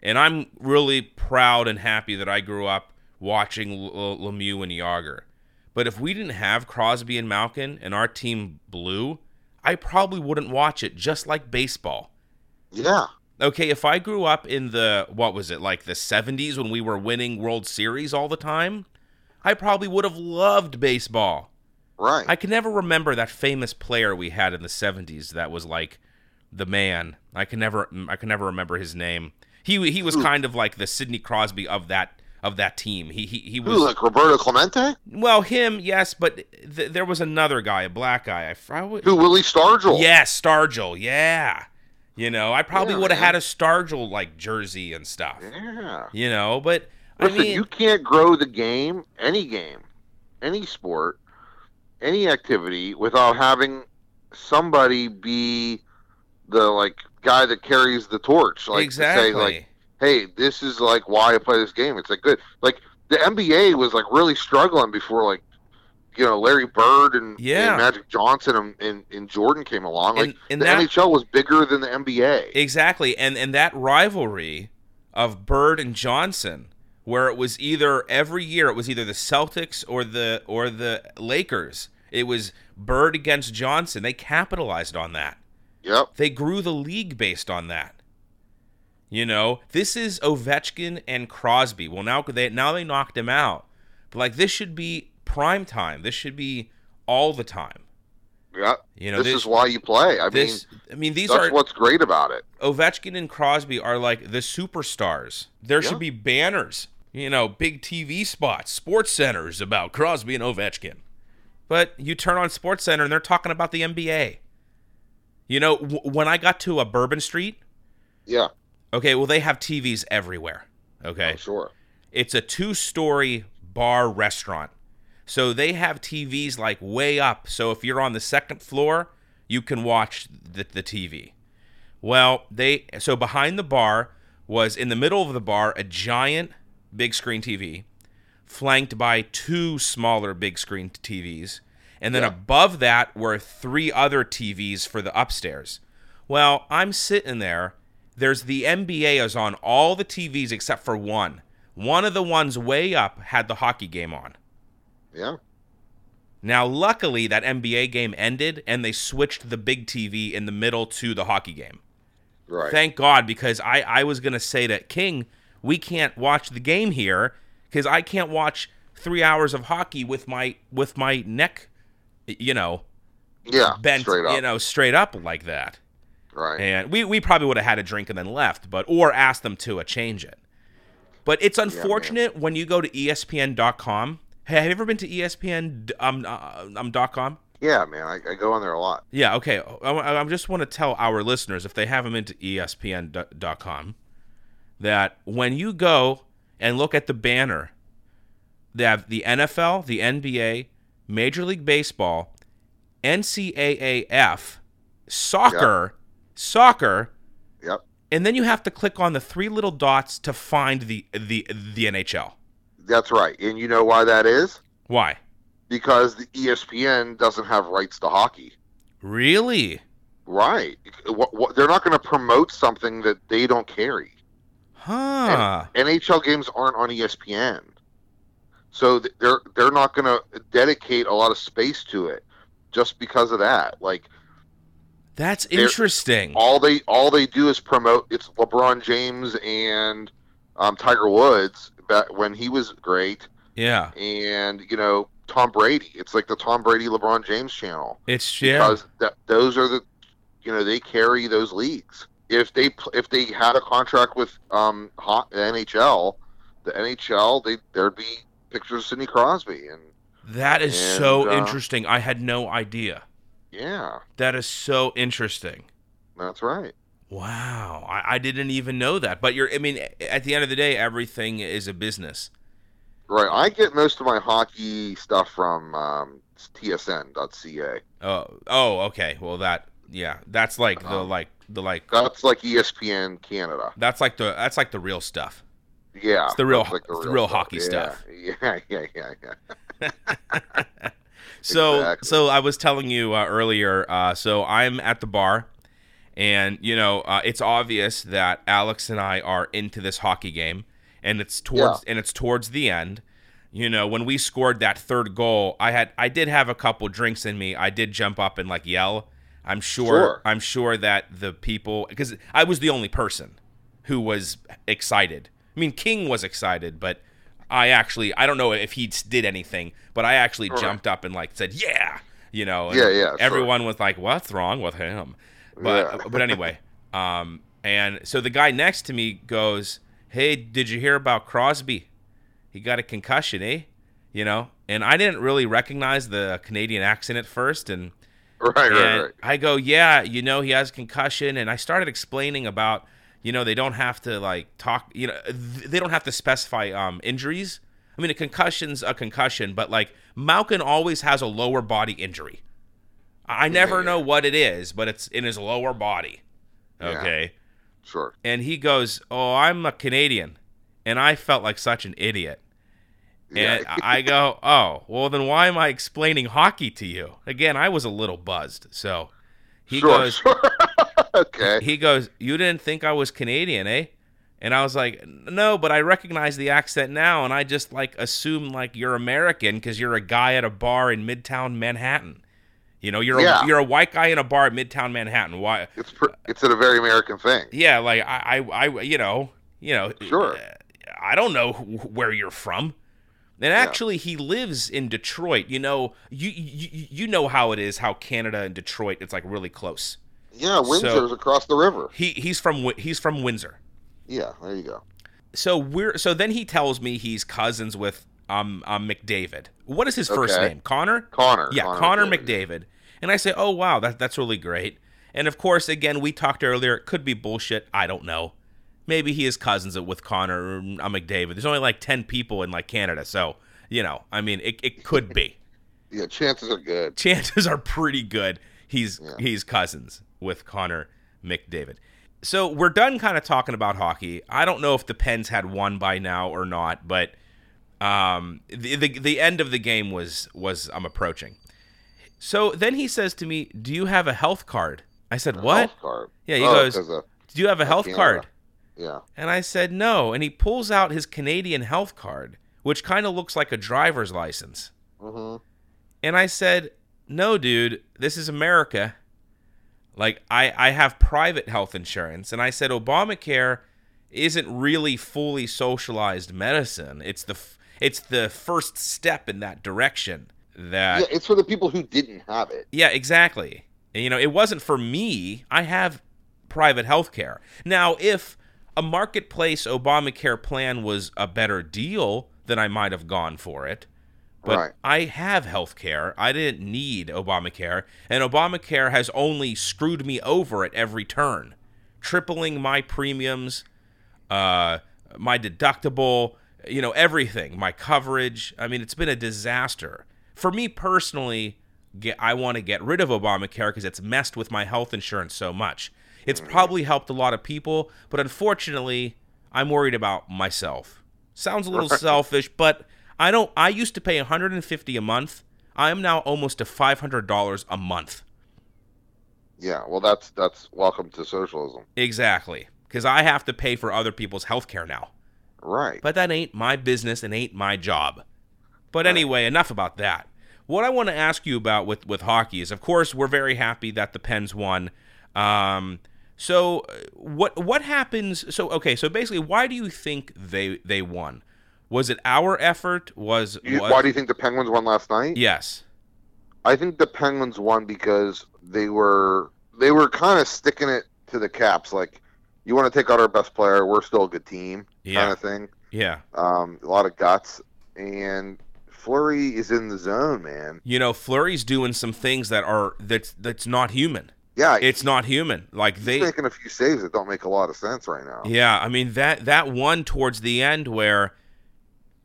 [SPEAKER 1] and I'm really proud and happy that I grew up watching L- L- Lemieux and Yager. But if we didn't have Crosby and Malkin and our team blew, I probably wouldn't watch it. Just like baseball.
[SPEAKER 2] Yeah.
[SPEAKER 1] Okay, if I grew up in the what was it like the 70s when we were winning World Series all the time, I probably would have loved baseball.
[SPEAKER 2] Right.
[SPEAKER 1] I can never remember that famous player we had in the '70s that was like the man. I can never, mm, I can never remember his name. He he was
[SPEAKER 2] Who?
[SPEAKER 1] kind of like the Sidney Crosby of that of that team. He he, he
[SPEAKER 2] Who,
[SPEAKER 1] was
[SPEAKER 2] like Roberto Clemente?
[SPEAKER 1] well him yes, but th- there was another guy, a black guy. I, f- I would-
[SPEAKER 2] Who, Willie Stargell?
[SPEAKER 1] yeah, Stargell. Yeah, you know, I probably
[SPEAKER 2] Yeah,
[SPEAKER 1] would have
[SPEAKER 2] man.
[SPEAKER 1] had a Stargell like jersey and stuff.
[SPEAKER 2] Yeah.
[SPEAKER 1] You know, but
[SPEAKER 2] Listen,
[SPEAKER 1] I mean,
[SPEAKER 2] you can't grow the game, any game, any sport, any activity, without having somebody be the like guy that carries the torch. Like
[SPEAKER 1] exactly.
[SPEAKER 2] to say, like, hey, this is like why I play this game. It's like good. Like the NBA was like really struggling before like you know Larry Bird and,
[SPEAKER 1] Yeah.
[SPEAKER 2] and Magic Johnson and, and, and Jordan came along. Like
[SPEAKER 1] and, and
[SPEAKER 2] the
[SPEAKER 1] that
[SPEAKER 2] NHL was bigger than the NBA.
[SPEAKER 1] Exactly, and and that rivalry of Bird and Johnson, where it was either every year it was either the Celtics or the or the Lakers. It was Bird against Johnson. They capitalized on that.
[SPEAKER 2] yep.
[SPEAKER 1] They grew the league based on that. You know, this is Ovechkin and Crosby. Well, now they now they knocked him out, but like this should be prime time. This should be all the time.
[SPEAKER 2] Yep.
[SPEAKER 1] You know,
[SPEAKER 2] this, is why you play. I mean,
[SPEAKER 1] this. I mean, these
[SPEAKER 2] that's
[SPEAKER 1] are
[SPEAKER 2] what's great about it.
[SPEAKER 1] Ovechkin and Crosby are like the superstars. There
[SPEAKER 2] Yeah.
[SPEAKER 1] should be banners, you know, big TV spots, sports centers about Crosby and Ovechkin. But you turn on Sports Center and they're talking about the NBA. You know, w- when I got to a Bourbon Street,
[SPEAKER 2] Yeah,
[SPEAKER 1] okay, well they have TVs everywhere. Okay.
[SPEAKER 2] I'm sure.
[SPEAKER 1] It's a two story bar restaurant. So they have TVs like way up. So if you're on the second floor, you can watch the, the TV. Well, they so behind the bar was in the middle of the bar a giant big screen TV flanked by two smaller big screen TVs. And then
[SPEAKER 2] Yeah.
[SPEAKER 1] above that were three other TVs for the upstairs. Well, I'm sitting there. There's the NBA is on all the TVs except for one. One of the ones way up had the hockey game on.
[SPEAKER 2] Yeah,
[SPEAKER 1] Now, luckily, that NBA game ended and they switched the big TV in the middle to the hockey game.
[SPEAKER 2] right.
[SPEAKER 1] Thank God, because I, I was going to say to King, we can't watch the game here because I can't watch three hours of hockey with my with my neck, you know,
[SPEAKER 2] yeah,
[SPEAKER 1] bent,
[SPEAKER 2] straight up,
[SPEAKER 1] you know, straight up like that.
[SPEAKER 2] right?
[SPEAKER 1] And we, we probably would have had a drink and then left, but or asked them to uh, change it. But it's unfortunate when you go to E ESPN.com. Hey, have you ever been to E ESPN um, uh, um, dot com?
[SPEAKER 2] yeah, man, I, I go on there a lot.
[SPEAKER 1] Yeah, okay. I, I I just want to tell our listeners if they haven't been to E ESPN.com that when you go and look at the banner, they have the NFL, the NBA, Major League Baseball, NCAAF, soccer, soccer,
[SPEAKER 2] Yep,
[SPEAKER 1] and then you have to click on the three little dots to find the the the NHL.
[SPEAKER 2] that's right. And you know why that is?
[SPEAKER 1] Why?
[SPEAKER 2] Because the E ESPN doesn't have rights to hockey.
[SPEAKER 1] Really?
[SPEAKER 2] Right. What, what, they're not going to promote something that they don't carry.
[SPEAKER 1] Huh.
[SPEAKER 2] NHL games aren't on E ESPN, so th- they're they're not going to dedicate a lot of space to it just because of that. Like
[SPEAKER 1] That's
[SPEAKER 2] They're-
[SPEAKER 1] interesting.
[SPEAKER 2] all they all they do is promote. It's LeBron James and um, Tiger Woods back when he was great,
[SPEAKER 1] Yeah.
[SPEAKER 2] and you know Tom Brady. It's like the Tom Brady LeBron James channel.
[SPEAKER 1] It's yeah.
[SPEAKER 2] because that, those are the you know they carry those leagues. If they pl- if they had a contract with um hot, the NHL, the NHL they there'd be pictures of Sidney Crosby and
[SPEAKER 1] That is
[SPEAKER 2] And,
[SPEAKER 1] so
[SPEAKER 2] uh,
[SPEAKER 1] interesting. I had no idea.
[SPEAKER 2] yeah
[SPEAKER 1] That is so interesting.
[SPEAKER 2] that's right
[SPEAKER 1] Wow, I, I didn't even know that. But you're, I mean, at the end of the day, everything is a business.
[SPEAKER 2] right I get most of my hockey stuff from um, TSN.ca.
[SPEAKER 1] Oh, oh, okay. Well, that, yeah, that's like the
[SPEAKER 2] Uh-huh.
[SPEAKER 1] like the like
[SPEAKER 2] That's like E ESPN Canada.
[SPEAKER 1] that's like the that's like the real stuff.
[SPEAKER 2] Yeah,
[SPEAKER 1] It's the real-
[SPEAKER 2] that's like
[SPEAKER 1] it's the real hockey
[SPEAKER 2] yeah,
[SPEAKER 1] stuff.
[SPEAKER 2] Yeah, yeah, yeah, yeah.
[SPEAKER 1] So,
[SPEAKER 2] Exactly.
[SPEAKER 1] so I was telling you uh, earlier. Uh, so I'm at the bar, and you know, uh, it's obvious that Alex and I are into this hockey game, and it's towards and it's towards the end. You know, when we scored that third goal, I had I did have a couple drinks in me. I did jump up and like yell. I'm sure,
[SPEAKER 2] Sure.
[SPEAKER 1] I'm sure that the people because I was the only person who was excited. I mean, King was excited, but I actually I don't know if he did anything, but I actually
[SPEAKER 2] Sure.
[SPEAKER 1] jumped up and like said, "Yeah," you know. and
[SPEAKER 2] Yeah, yeah, sure.
[SPEAKER 1] Everyone was like, "What's wrong with him?" But
[SPEAKER 2] Yeah.
[SPEAKER 1] but anyway, um, and so the guy next to me goes, "Hey, did you hear about Crosby? He got a concussion, eh?" You know, and I didn't really recognize the Canadian accent at first, and
[SPEAKER 2] Right, right,
[SPEAKER 1] and
[SPEAKER 2] right.
[SPEAKER 1] I go, yeah, you know, he has concussion, and I started explaining about, you know, they don't have to like talk, you know, th- they don't have to specify um, injuries. I mean, a concussion's a concussion, but like Malkin always has a lower body injury. I I never
[SPEAKER 2] yeah.
[SPEAKER 1] know what it is, but it's in his lower body.
[SPEAKER 2] Yeah.
[SPEAKER 1] Okay
[SPEAKER 2] Sure.
[SPEAKER 1] and he goes, "Oh, I'm a Canadian," and I felt like such an idiot. And
[SPEAKER 2] Yeah.
[SPEAKER 1] I go, "Oh, well then why am I explaining hockey to you?" Again, I was a little buzzed. So he
[SPEAKER 2] sure,
[SPEAKER 1] goes,
[SPEAKER 2] sure. okay.
[SPEAKER 1] he goes, "You didn't think I was Canadian, eh?" And I was like, "No, but I recognize the accent now, and I just like assume like you're American because you're a guy at a bar in Midtown Manhattan. You know, you're
[SPEAKER 2] Yeah.
[SPEAKER 1] a, you're a white guy in a bar in Midtown Manhattan. Why?
[SPEAKER 2] It's pr- it's a very American thing.
[SPEAKER 1] yeah like I, I i you know you know uh,
[SPEAKER 2] Sure.
[SPEAKER 1] i don't know wh- where you're from and actually he lives in detroit you know you, you you know how it is how canada and detroit it's like really close
[SPEAKER 2] Yeah, Windsor's across the river.
[SPEAKER 1] he he's from Wi- he's from windsor
[SPEAKER 2] Yeah, there you go.
[SPEAKER 1] so we're so then he tells me he's cousins with um, um mcdavid what is his first
[SPEAKER 2] Okay.
[SPEAKER 1] name connor
[SPEAKER 2] Connor.
[SPEAKER 1] yeah, Connor,
[SPEAKER 2] McDavid.
[SPEAKER 1] McDavid. And I say, oh wow, that that's really great. And of course, again, we talked earlier. It could be bullshit. I don't know. Maybe he is cousins with Connor or uh, McDavid. There's only like ten people in like Canada, so you know, I mean, it, it could be.
[SPEAKER 2] Yeah, chances are good.
[SPEAKER 1] Chances are pretty good he's
[SPEAKER 2] Yeah.
[SPEAKER 1] he's cousins with Connor McDavid. So we're done kind of talking about hockey. I don't know if the Pens had won by now or not, but um, the, the the end of the game was was I'm approaching. So then he says to me, "Do you have a health card?" I said, "What?
[SPEAKER 2] Health card.
[SPEAKER 1] Yeah, he
[SPEAKER 2] Oh,
[SPEAKER 1] goes,
[SPEAKER 2] 'cause of-
[SPEAKER 1] Do you have a health
[SPEAKER 2] Canada.
[SPEAKER 1] card?"
[SPEAKER 2] yeah.
[SPEAKER 1] And I said, "No." And he pulls out his Canadian health card, which kind of looks like a driver's license.
[SPEAKER 2] hmm
[SPEAKER 1] And I said, "No, dude, this is America. Like I I have private health insurance." And I said, "Obamacare isn't really fully socialized medicine. It's the f- it's the first step in that direction. that
[SPEAKER 2] yeah, it's for the people who didn't have it.
[SPEAKER 1] Yeah, exactly. And, You know, it wasn't for me. I have private health care. Now, if a marketplace Obamacare plan was a better deal, then I might have gone for it. But
[SPEAKER 2] Right.
[SPEAKER 1] I have health care. I didn't need Obamacare. And Obamacare has only screwed me over at every turn, tripling my premiums, uh, my deductible, you know, everything, my coverage. I mean, it's been a disaster. For me personally, get, I want to get rid of Obamacare because it's messed with my health insurance so much. It's probably helped a lot of people, but unfortunately, I'm worried about myself. Sounds a little selfish, but I don't I used to pay 150 a month. I am now almost to $500 a month.
[SPEAKER 2] Yeah, well, that's that's welcome to socialism,
[SPEAKER 1] Exactly. Cuz I have to pay for other people's health care now.
[SPEAKER 2] right?
[SPEAKER 1] But that ain't my business and ain't my job. But
[SPEAKER 2] Right.
[SPEAKER 1] anyway, enough about that. What I want to ask you about with, with hockey is, of course, we're very happy that the Pens won. Um, so uh, what what happens? So okay, so basically, why do you think they they won? Was it our effort? Was,
[SPEAKER 2] You,
[SPEAKER 1] was
[SPEAKER 2] why do you think the Penguins won last night?
[SPEAKER 1] yes,
[SPEAKER 2] I think the Penguins won because they were they were kind of sticking it to the Caps, like you want to take out our best player, we're still a good team,
[SPEAKER 1] yeah,
[SPEAKER 2] kind of thing.
[SPEAKER 1] yeah.
[SPEAKER 2] Um, a lot of guts, and Flurry is in the zone, man.
[SPEAKER 1] You know, Flurry's doing some things that are that's that's not human.
[SPEAKER 2] Yeah,
[SPEAKER 1] It's not human. Like
[SPEAKER 2] he's
[SPEAKER 1] they
[SPEAKER 2] making a few saves that don't make a lot of sense right now.
[SPEAKER 1] Yeah, I mean that that one towards the end where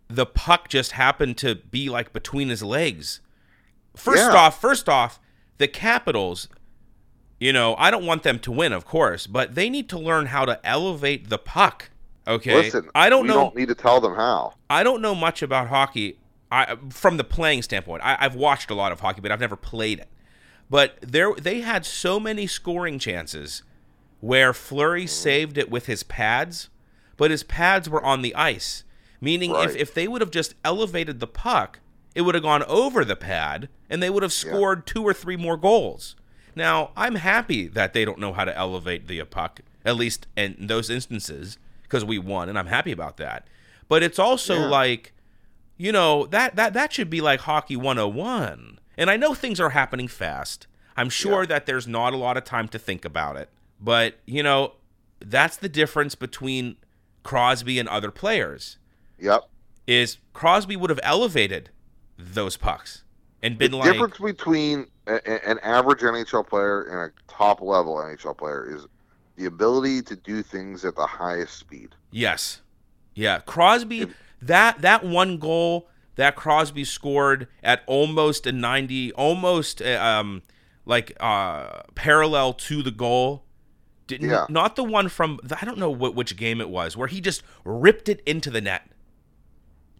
[SPEAKER 1] the puck just happened to be like between his legs. First
[SPEAKER 2] Yeah.
[SPEAKER 1] off, first off, the Capitals, you know, I don't want them to win, of course, but they need to learn how to elevate the puck. Okay.
[SPEAKER 2] Listen,
[SPEAKER 1] I don't
[SPEAKER 2] we
[SPEAKER 1] know
[SPEAKER 2] don't need to tell them how.
[SPEAKER 1] I don't know much about hockey I, from the playing standpoint. I, I've watched a lot of hockey, but I've never played it. But there, they had so many scoring chances where Flurry saved it with his pads, but his pads were on the ice, meaning if,
[SPEAKER 2] Right.
[SPEAKER 1] if they would have just elevated the puck, it would have gone over the pad, and they would have
[SPEAKER 2] Yeah.
[SPEAKER 1] scored two or three more goals. Now, I'm happy that they don't know how to elevate the puck, at least in those instances, because we won, and I'm happy about that. But it's also
[SPEAKER 2] Yeah.
[SPEAKER 1] like, you know, that, that, that should be like Hockey 101. And I know things are happening fast. I'm sure
[SPEAKER 2] Yeah.
[SPEAKER 1] that there's not a lot of time to think about it. But, you know, that's the difference between Crosby and other players
[SPEAKER 2] Yep.
[SPEAKER 1] is Crosby would have elevated those pucks and been
[SPEAKER 2] the
[SPEAKER 1] like
[SPEAKER 2] difference between a, a- an average NHL player and a top level NHL player is the ability to do things at the highest speed.
[SPEAKER 1] Yes. Yeah, Crosby that that one goal that Crosby scored at almost a 90 almost uh, um like uh parallel to the goal didn't
[SPEAKER 2] Yeah.
[SPEAKER 1] not the one from I don't know what which game it was where he just ripped it into the net.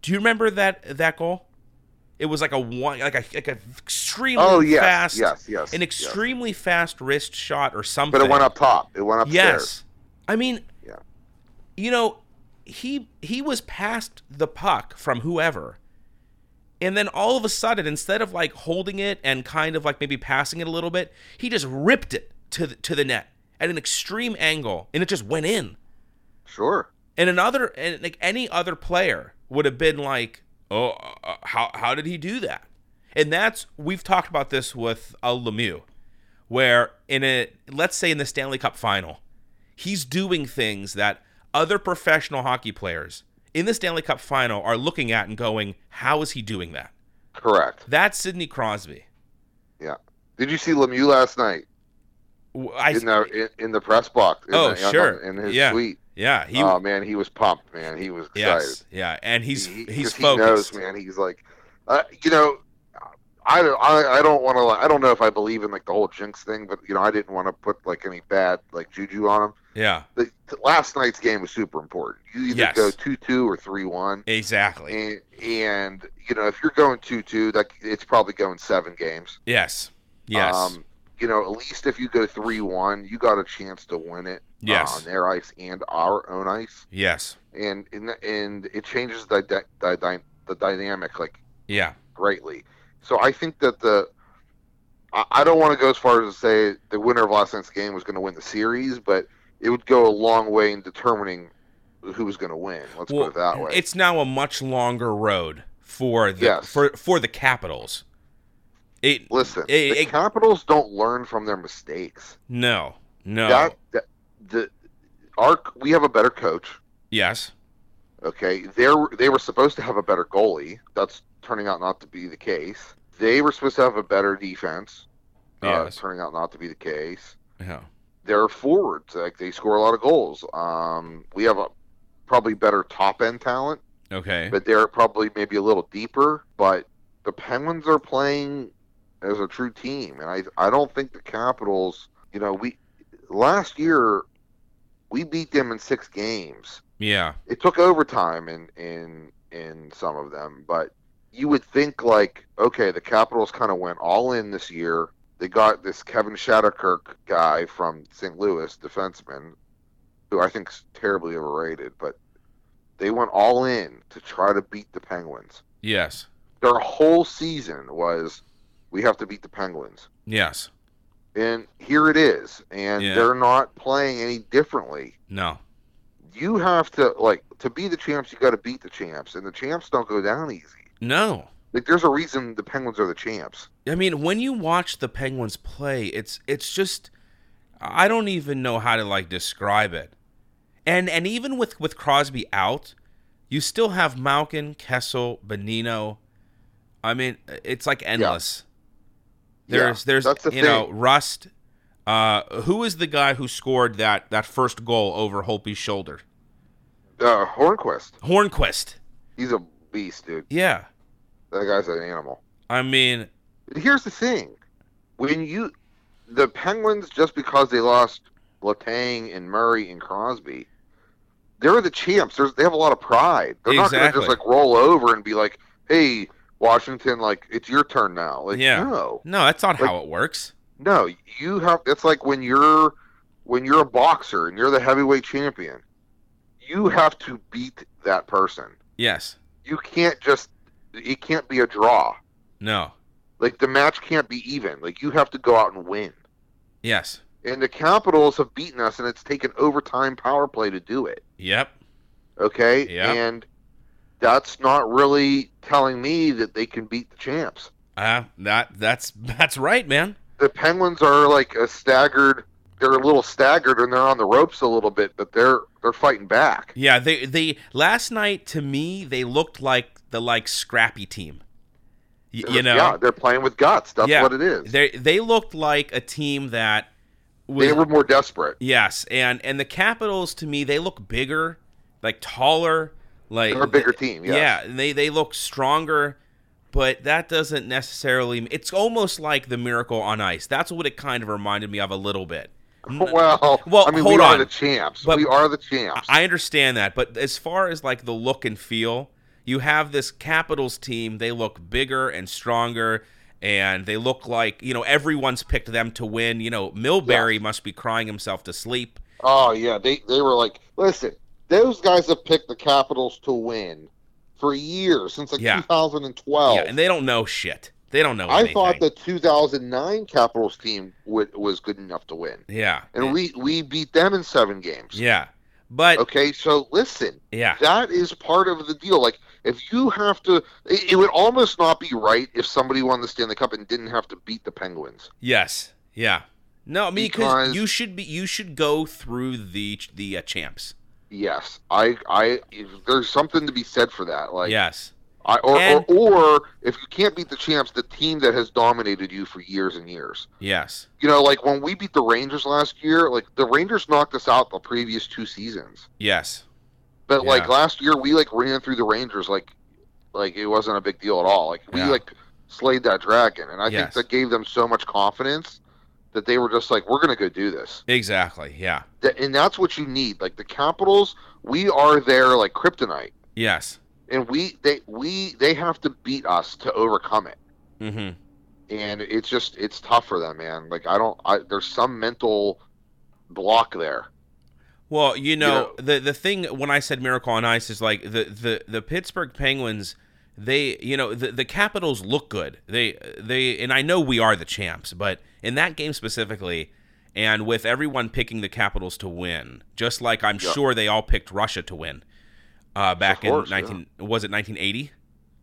[SPEAKER 1] Do you remember that that goal? It was like a one like a like a extremely
[SPEAKER 2] Oh yes,
[SPEAKER 1] fast
[SPEAKER 2] yes, yes.
[SPEAKER 1] an
[SPEAKER 2] yes.
[SPEAKER 1] extremely fast wrist shot or something.
[SPEAKER 2] But it went up top. It went upstairs.
[SPEAKER 1] Yes. I mean,
[SPEAKER 2] Yeah.
[SPEAKER 1] you know, he he was past the puck from whoever. And then all of a sudden, instead of like holding it and kind of like maybe passing it a little bit, he just ripped it to the, to the net at an extreme angle and it just went in.
[SPEAKER 2] Sure.
[SPEAKER 1] And another and like any other player would have been like, "Oh, uh, how how did he do that?" And that's we've talked about this with a Lemieux, where in a let's say in the Stanley Cup final, he's doing things that other professional hockey players in the Stanley Cup final are looking at and going, "How is he doing that?"
[SPEAKER 2] Correct.
[SPEAKER 1] That's Sidney Crosby.
[SPEAKER 2] Did you see Lemieux last night
[SPEAKER 1] W- I-
[SPEAKER 2] in the in, in the press box? In
[SPEAKER 1] Oh,
[SPEAKER 2] the- on-
[SPEAKER 1] sure.
[SPEAKER 2] In his
[SPEAKER 1] Yeah.
[SPEAKER 2] suite.
[SPEAKER 1] yeah, he
[SPEAKER 2] oh man, he was pumped. Man, he was excited.
[SPEAKER 1] yes, yeah, and he's
[SPEAKER 2] He- he-
[SPEAKER 1] he's
[SPEAKER 2] 'cause he knows,
[SPEAKER 1] focused.
[SPEAKER 2] man. He's like, uh, you know, I don't, I, I don't want to. I don't know if I believe in like the whole jinx thing, but you know, I didn't want to put like any bad like juju on him.
[SPEAKER 1] yeah,
[SPEAKER 2] The, t- last night's game was super important. You either
[SPEAKER 1] Yes.
[SPEAKER 2] go two two or three one,
[SPEAKER 1] exactly.
[SPEAKER 2] and, and you know if you're going two two, that it's probably going seven games.
[SPEAKER 1] Yes, yes,
[SPEAKER 2] um, oh, you know, at least if you go three one, you got a chance to win it uh,
[SPEAKER 1] Yes.
[SPEAKER 2] on their ice and our own ice,
[SPEAKER 1] yes,
[SPEAKER 2] and and, and it changes the, dy- the, dy- the dynamic like
[SPEAKER 1] yeah,
[SPEAKER 2] greatly. So I think that the I, I don't want to go as far as to say the winner of last night's game was going to win the series, but it would go a long way in determining who was going to win. Let's
[SPEAKER 1] Well,
[SPEAKER 2] put it that way.
[SPEAKER 1] It's now a much longer road for the
[SPEAKER 2] Yes.
[SPEAKER 1] for for the Capitals It
[SPEAKER 2] Listen,
[SPEAKER 1] It-
[SPEAKER 2] the
[SPEAKER 1] it-
[SPEAKER 2] Capitals don't learn from their mistakes.
[SPEAKER 1] no no
[SPEAKER 2] That, that the our we have a better coach.
[SPEAKER 1] yes
[SPEAKER 2] Okay, they they were supposed to have a better goalie. That's turning out not to be the case. They were supposed to have a better defense. Uh,
[SPEAKER 1] Yes.
[SPEAKER 2] turning out not to be the case.
[SPEAKER 1] yeah
[SPEAKER 2] Their forwards, like they score a lot of goals. Um, we have a probably better top end talent,
[SPEAKER 1] okay
[SPEAKER 2] but they're probably maybe a little deeper. But the Penguins are playing as a true team, and I I don't think the Capitals. You know, we last year we beat them in six games
[SPEAKER 1] yeah
[SPEAKER 2] it took overtime in in in some of them, but you would think like, okay, the Capitals kind of went all in this year. They got this Kevin Shatterkirk guy from St. Louis, defenseman, who I think's terribly overrated, but they went all in to try to beat the Penguins.
[SPEAKER 1] yes
[SPEAKER 2] Their whole season was, we have to beat the Penguins,
[SPEAKER 1] yes
[SPEAKER 2] and here it is, and
[SPEAKER 1] Yeah.
[SPEAKER 2] they're not playing any differently
[SPEAKER 1] no
[SPEAKER 2] you have to like to be the champs you got to beat the champs and the champs don't go down easy
[SPEAKER 1] no
[SPEAKER 2] like there's a reason the penguins are the champs
[SPEAKER 1] I mean, when you watch the Penguins play, it's it's just I don't even know how to like describe it. And and even with with Crosby out, you still have Malkin, Kessel, Benino. I mean, it's like endless. There's
[SPEAKER 2] Yeah,
[SPEAKER 1] there's
[SPEAKER 2] that's the
[SPEAKER 1] you know Rust. Uh, who is the guy who scored that that first goal over Holpe's shoulder?
[SPEAKER 2] uh hornquist
[SPEAKER 1] Hornquist.
[SPEAKER 2] he's a beast dude
[SPEAKER 1] Yeah.
[SPEAKER 2] that guy's an animal
[SPEAKER 1] I mean,
[SPEAKER 2] but here's the thing when you the penguins just because they lost latang and murray and crosby they're the champs There's, they have a lot of pride they're not
[SPEAKER 1] Exactly.
[SPEAKER 2] going to just like roll over and be like hey washington like it's your turn now like
[SPEAKER 1] Yeah.
[SPEAKER 2] no
[SPEAKER 1] no, that's not
[SPEAKER 2] Like-
[SPEAKER 1] how it works.
[SPEAKER 2] No, you have. It's like when you're when you're a boxer and you're the heavyweight champion. You have to beat that person.
[SPEAKER 1] Yes.
[SPEAKER 2] You can't just. It can't be a draw.
[SPEAKER 1] No.
[SPEAKER 2] Like the match can't be even. Like you have to go out and win.
[SPEAKER 1] Yes.
[SPEAKER 2] And the Capitals have beaten us, and it's taken overtime power play to do it.
[SPEAKER 1] Yep.
[SPEAKER 2] Okay.
[SPEAKER 1] Yeah.
[SPEAKER 2] And that's not really telling me that they can beat the champs.
[SPEAKER 1] Uh, that that's that's right, man.
[SPEAKER 2] the Penguins are like a staggered. They're a little staggered and they're on the ropes a little bit, but they're they're fighting back.
[SPEAKER 1] Yeah, they they last night to me they looked like the like scrappy team. Y- you know,
[SPEAKER 2] yeah, they're playing with guts. That's
[SPEAKER 1] Yeah.
[SPEAKER 2] what it is.
[SPEAKER 1] they they looked like a team that was
[SPEAKER 2] They were more desperate.
[SPEAKER 1] yes, and and the Capitals to me they look bigger, like taller, like
[SPEAKER 2] They're a bigger team. Yes.
[SPEAKER 1] yeah, they they look stronger, but that doesn't necessarily. It's almost like the miracle on ice. That's what it kind of reminded me of a little bit.
[SPEAKER 2] Well,
[SPEAKER 1] Well,
[SPEAKER 2] I mean,
[SPEAKER 1] hold
[SPEAKER 2] we
[SPEAKER 1] on.
[SPEAKER 2] are the champs.
[SPEAKER 1] But-
[SPEAKER 2] we are the champs.
[SPEAKER 1] I understand that, but as far as like the look and feel, you have this Capitals team. They look bigger and stronger, and they look like you know everyone's picked them to win. You know, Milbury
[SPEAKER 2] Yes.
[SPEAKER 1] must be crying himself to sleep.
[SPEAKER 2] oh yeah, they they were like, listen, those guys have picked the Capitals to win for years since like
[SPEAKER 1] Yeah.
[SPEAKER 2] 2012.
[SPEAKER 1] Yeah, and they don't know shit. They don't know.
[SPEAKER 2] Oh. I thought
[SPEAKER 1] anything.
[SPEAKER 2] the 2009 Capitals team w- was good enough to win,
[SPEAKER 1] Yeah.
[SPEAKER 2] and we we beat them in seven games.
[SPEAKER 1] yeah, but
[SPEAKER 2] Okay, so listen,
[SPEAKER 1] yeah,
[SPEAKER 2] that is part of the deal. Like, if you have to, it, it would almost not be right if somebody won the Stanley Cup and didn't have to beat the Penguins.
[SPEAKER 1] yes, yeah. No, I mean, 'cause
[SPEAKER 2] Because-
[SPEAKER 1] you should be. You should go through the the uh, champs.
[SPEAKER 2] Yes, I, I, there's something to be said for that. Like,
[SPEAKER 1] yes.
[SPEAKER 2] I, or,
[SPEAKER 1] And-
[SPEAKER 2] or, or if you can't beat the champs, the team that has dominated you for years and years.
[SPEAKER 1] Yes.
[SPEAKER 2] You know, like when we beat the Rangers last year, like the Rangers knocked us out the previous two seasons.
[SPEAKER 1] Yes.
[SPEAKER 2] But like
[SPEAKER 1] Yeah.
[SPEAKER 2] last year, we like ran through the Rangers like, like it wasn't a big deal at all. Like we
[SPEAKER 1] Yeah.
[SPEAKER 2] like slayed that dragon, and I
[SPEAKER 1] Yes.
[SPEAKER 2] think that gave them so much confidence that they were just like, we're gonna go do this.
[SPEAKER 1] Exactly. Yeah.
[SPEAKER 2] Th- And that's what you need. Like the Capitals, we are there like kryptonite,
[SPEAKER 1] Yes.
[SPEAKER 2] and we they we they have to beat us to overcome it.
[SPEAKER 1] Mm-hmm.
[SPEAKER 2] And it's just it's tough for them, man. Like I don't, I there's some mental block there.
[SPEAKER 1] Well, you know,
[SPEAKER 2] know-
[SPEAKER 1] the the thing when I said miracle on ice is like the the the Pittsburgh Penguins. They, you know, the the Capitals look good. They they and I know we are the champs, but in that game specifically, and with everyone picking the Capitals to win, just like I'm
[SPEAKER 2] Yeah.
[SPEAKER 1] sure they all picked Russia to win. Uh, back
[SPEAKER 2] course,
[SPEAKER 1] in 19 was it 1980?